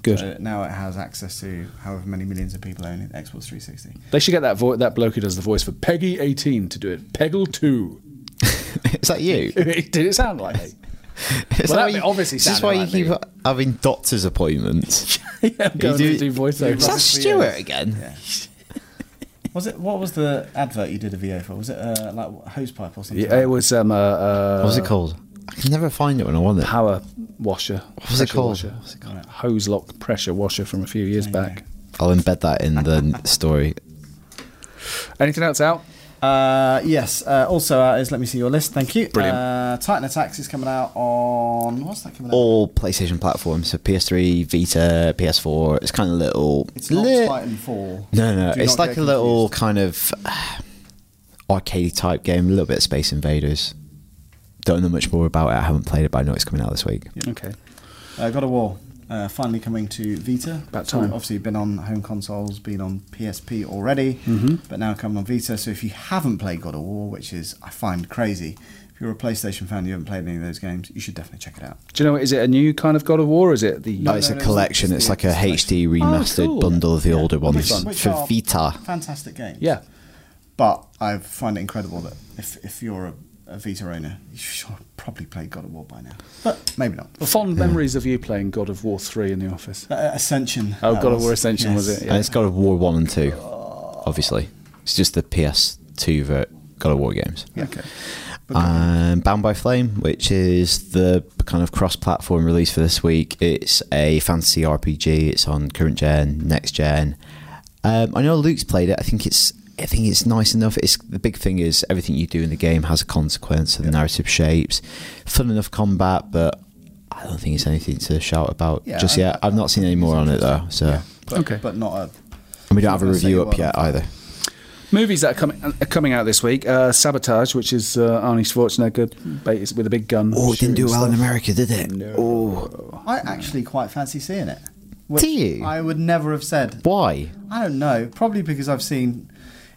Speaker 1: good.
Speaker 4: So now it has access to however many millions of people own Xbox 360.
Speaker 1: They should get that vo- that bloke who does the voice for Peggy 18 to do it. Peggle 2.
Speaker 2: Is that you?
Speaker 1: Did it sound like it?
Speaker 2: Is
Speaker 1: Well,
Speaker 2: that
Speaker 1: that
Speaker 2: why you-
Speaker 1: obviously
Speaker 2: Is this
Speaker 1: sounded
Speaker 2: why
Speaker 1: like
Speaker 2: you
Speaker 1: me.
Speaker 2: keep having doctor's appointments?
Speaker 1: yeah, I'm going
Speaker 2: do-
Speaker 1: to do voiceovers.
Speaker 2: Is that
Speaker 4: Yes.
Speaker 2: Stuart again?
Speaker 4: Yeah. Was it what was the advert you did a VO for? Was it uh, like hose pipe or something?
Speaker 1: Yeah, it was um, uh, uh,
Speaker 2: What was it called? I can never find it when I want it.
Speaker 1: power washer. What
Speaker 2: was it called?
Speaker 1: Washer.
Speaker 2: What was it
Speaker 1: Hose lock pressure washer from a few years back.
Speaker 2: I'll embed that in the story.
Speaker 1: Anything else out?
Speaker 4: Uh, yes. Uh, also out is let me see your list. Thank you.
Speaker 1: Brilliant.
Speaker 4: Uh, Titan Attacks is coming out on what's that coming out?
Speaker 2: All PlayStation platforms, so PS3, Vita, PS4. It's kind of little.
Speaker 4: it's not
Speaker 2: li-
Speaker 4: Titan Four.
Speaker 2: No, no,
Speaker 4: Do
Speaker 2: it's
Speaker 4: not
Speaker 2: like
Speaker 4: get
Speaker 2: a little
Speaker 4: confused.
Speaker 2: kind of uh, arcade type game, a little bit of Space Invaders. Don't know much more about it. I haven't played it, but I know it's coming out this week.
Speaker 1: Okay.
Speaker 4: Uh, God of War. Uh, finally coming to Vita.
Speaker 1: About
Speaker 4: So
Speaker 1: time.
Speaker 4: Obviously, been on home consoles, been on PSP already,
Speaker 2: Mm-hmm.
Speaker 4: but now coming on Vita. So if you haven't played God of War, which is I find crazy, if you're a PlayStation fan, you haven't played any of those games, you should definitely check it out.
Speaker 1: Do you know, is it a new kind of God of War? Or is it the.
Speaker 2: oh, it's a
Speaker 4: no, no, it's-
Speaker 2: collection.
Speaker 4: it's
Speaker 2: It's,
Speaker 4: the-
Speaker 2: like a
Speaker 4: it's
Speaker 2: HD remastered
Speaker 1: cool.
Speaker 2: bundle of the older
Speaker 4: Which-
Speaker 2: ones
Speaker 4: which
Speaker 2: for
Speaker 4: are
Speaker 2: Vita.
Speaker 4: Fantastic games.
Speaker 1: Yeah.
Speaker 4: But I find it incredible that if, if you're a, a Vita owner, you should probably play God of War by now. But maybe not.
Speaker 1: Fond memories of you playing God of War 3 in the office.
Speaker 4: Uh, Ascension.
Speaker 1: Oh,
Speaker 4: that
Speaker 1: God of War Ascension was it?
Speaker 2: And it's got a War One and Two, obviously. It's just the PS2 ver- God of War games.
Speaker 4: Yeah. Okay.
Speaker 2: Um, Bound by Flame, which is the kind of cross-platform release for this week. It's a fantasy RPG. It's on current gen, next gen. Um, I know Luke's played it. I think it's I think it's nice enough. It's the big thing is everything you do in the game has a consequence, and the narrative shapes. Fun enough combat, but I don't think it's anything to shout about
Speaker 4: Yeah,
Speaker 2: just
Speaker 4: I-
Speaker 2: yet. I've not seen any more on it though, so
Speaker 4: But,
Speaker 1: Okay.
Speaker 4: But not a.
Speaker 2: and we don't have a
Speaker 4: I'll say
Speaker 2: review up
Speaker 4: what-
Speaker 2: yet either.
Speaker 1: Movies that are coming uh, are coming out this week: uh, Sabotage, which is uh, Arnie Schwarzenegger ba- with a big gun.
Speaker 2: Oh, it didn't do
Speaker 1: shooting
Speaker 2: well in
Speaker 1: stuff.
Speaker 2: America, did it? Oh,
Speaker 4: I actually quite fancy seeing it. Which
Speaker 2: Do you?
Speaker 4: I would never have said.
Speaker 2: why?
Speaker 4: I don't know. Probably because I've seen.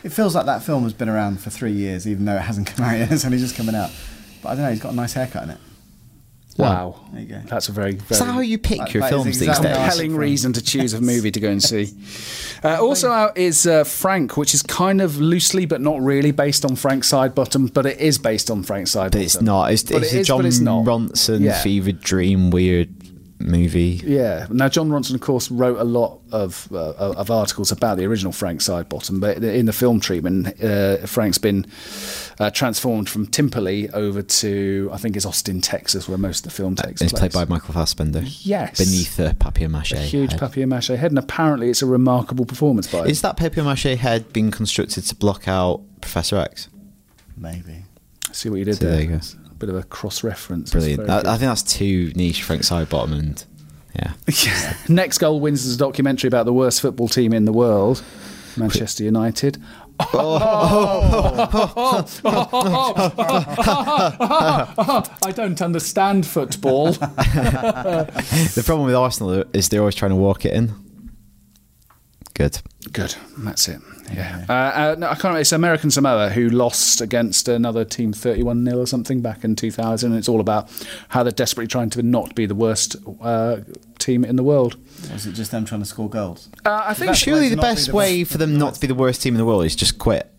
Speaker 4: It feels like that film has been around for three years, even though it hasn't come out yet. It's only just coming out. But I don't know. He's got a nice haircut in it.
Speaker 1: Wow,
Speaker 4: There you go.
Speaker 1: that's a very
Speaker 2: Is
Speaker 1: very
Speaker 2: that how you pick
Speaker 4: That-
Speaker 2: your
Speaker 4: that is
Speaker 2: films
Speaker 4: exactly
Speaker 2: these days?
Speaker 4: how I
Speaker 1: compelling reason to choose a movie to go and see. Uh, also out is uh, Frank, which is kind of loosely but not really based on Frank Sidebottom, but it is based on Frank Sidebottom.
Speaker 2: But it's not. It's,
Speaker 1: But
Speaker 2: it's
Speaker 1: it
Speaker 2: a
Speaker 1: is,
Speaker 2: John
Speaker 1: but it's not.
Speaker 2: Ronson
Speaker 1: Yeah.
Speaker 2: fevered dream weird movie.
Speaker 1: Yeah. Now, John Ronson, of course, wrote a lot of uh, of articles about the original Frank Sidebottom, but in the film treatment, uh, Frank's been uh, transformed from Timperley over to I think it's Austin, Texas, where most of the film takes
Speaker 2: It's
Speaker 1: place.
Speaker 2: played by Michael Fassbender.
Speaker 1: Yes.
Speaker 2: Beneath a papier-mâché.
Speaker 1: a huge
Speaker 2: head.
Speaker 1: papier-mâché head, and apparently it's a remarkable performance by him.
Speaker 2: Is that papier-mâché head being constructed to block out Professor X?
Speaker 4: Maybe.
Speaker 1: See what you did
Speaker 2: So
Speaker 1: there.
Speaker 2: there you go.
Speaker 1: Bit of a cross reference.
Speaker 2: Brilliant. That, I think that's two niche Frank Sidebottom and yeah.
Speaker 1: Next goal wins is a documentary about the worst football team in the world, Manchester United. Oh. I don't understand football.
Speaker 2: The problem with Arsenal is they're always trying to walk it in. Good.
Speaker 1: Good, that's it. Yeah, uh, uh, no, I can't. remember. It's American Samoa who lost against another team, thirty-one 0 or something back in two thousand. It's all about how they're desperately trying to not be the worst uh, team in the world.
Speaker 4: Was it just them trying to score goals?
Speaker 1: Uh, I think
Speaker 2: Surely
Speaker 4: way
Speaker 2: the
Speaker 4: to not be
Speaker 2: best
Speaker 4: the
Speaker 2: way
Speaker 4: best-
Speaker 2: for them not to be the worst team in the world is just quit.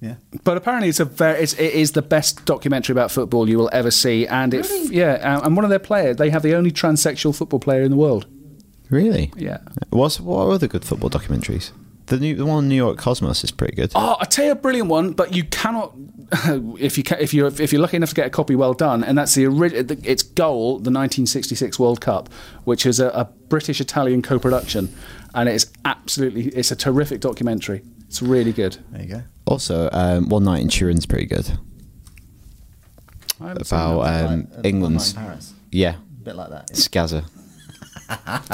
Speaker 4: Yeah.
Speaker 1: But apparently, it's a very it's, it is the best documentary about football you will ever see, and it yeah, and- and one of their players they have the only transsexual football player in the world.
Speaker 2: Really?
Speaker 1: Yeah.
Speaker 2: What's, what are other good football documentaries? The new the one on New York Cosmos is pretty good.
Speaker 1: Oh, I tell you a brilliant one, but you cannot if you ca if you if you're lucky enough to get a copy, well done. And that's the ori- the- its goal, the 1966 World Cup, which is a, a British Italian co-production, and it's absolutely it's a terrific documentary. It's really good.
Speaker 4: There you go.
Speaker 2: Also, um, One Night in Turin's pretty good.
Speaker 1: I haven't seen
Speaker 2: About
Speaker 1: that.
Speaker 2: um,
Speaker 4: Like, uh,
Speaker 2: England's.
Speaker 4: like Paris.
Speaker 2: Yeah.
Speaker 4: A bit like that. yeah.
Speaker 2: Scazza.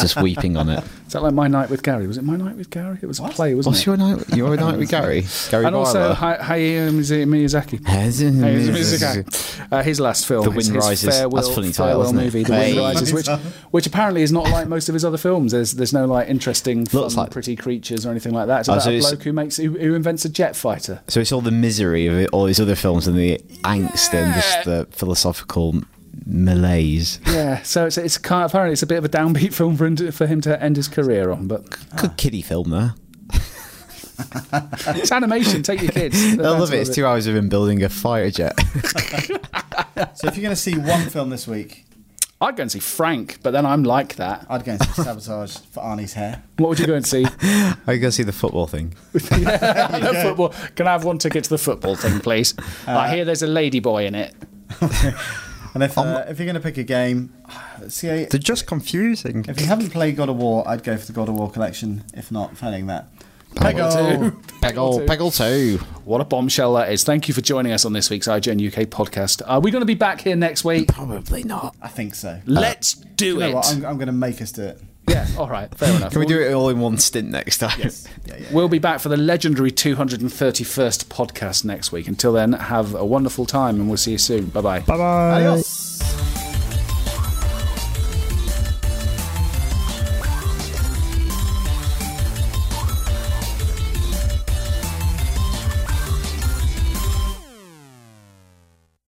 Speaker 2: just weeping on it.
Speaker 1: is that like my night with Gary? Was it my night with Gary? It was a play, wasn't
Speaker 2: What's
Speaker 1: it?
Speaker 2: your night? Your night with Gary? Gary
Speaker 1: and also
Speaker 2: Barlow?
Speaker 1: Hay- Hayao Mizu- Miyazaki. Hayao Miyazaki. Uh, his last film,
Speaker 2: Mm. The
Speaker 1: his-
Speaker 2: Wind
Speaker 1: his
Speaker 2: Rises. That's a
Speaker 1: farewell-
Speaker 2: funny title,
Speaker 1: farewell
Speaker 2: isn't it?
Speaker 1: movie, The
Speaker 2: Hey.
Speaker 1: Wind Rises, which, which apparently is not like most of his other films. There's there's no like interesting, fun,
Speaker 2: Looks like-
Speaker 1: pretty creatures or anything like that. It's
Speaker 2: Oh,
Speaker 1: about
Speaker 2: so
Speaker 1: a
Speaker 2: it's-
Speaker 1: bloke who makes who, who invents a jet fighter.
Speaker 2: So it's all the misery of it, all these other films and the angst and just the philosophical malaise.
Speaker 1: Yeah, so it's it's kind of, apparently it's a bit of a downbeat film for him to, for him to end his career on. But
Speaker 2: Good kiddie film there.
Speaker 1: it's animation. Take your kids.
Speaker 2: I love it. It's two hours of him building a fighter jet.
Speaker 4: So if you're going to see one film this week,
Speaker 1: I'd go and see Frank, but then I'm like that.
Speaker 4: I'd go and see Sabotage for Arnie's hair.
Speaker 1: What would you go and see?
Speaker 2: I go see the football thing.
Speaker 1: The football. Can I have one ticket to the football thing, please? I hear there's a ladyboy in it.
Speaker 4: And if, uh, if you're going to pick a game, see, I-
Speaker 2: They're just confusing.
Speaker 4: if you haven't played God of War, I'd go for the God of War collection. If not, failing that,
Speaker 1: Peggle.
Speaker 4: Peggle.
Speaker 2: Peggle, Peggle 2.
Speaker 1: What a bombshell that is. Thank you for joining us on this week's IGN UK podcast. Are we going to be back here next week? Uh,
Speaker 2: Probably not.
Speaker 4: I think so.
Speaker 1: Let's do
Speaker 4: You know
Speaker 1: it.
Speaker 4: what, I'm, I'm going to make us do it.
Speaker 1: yeah, all right, fair enough.
Speaker 2: Can we do it all in one stint next time?
Speaker 4: Yeah, yeah.
Speaker 1: We'll be back for the legendary 231st podcast next week. Until then, have a wonderful time and we'll see you soon. Bye bye.
Speaker 4: Adios.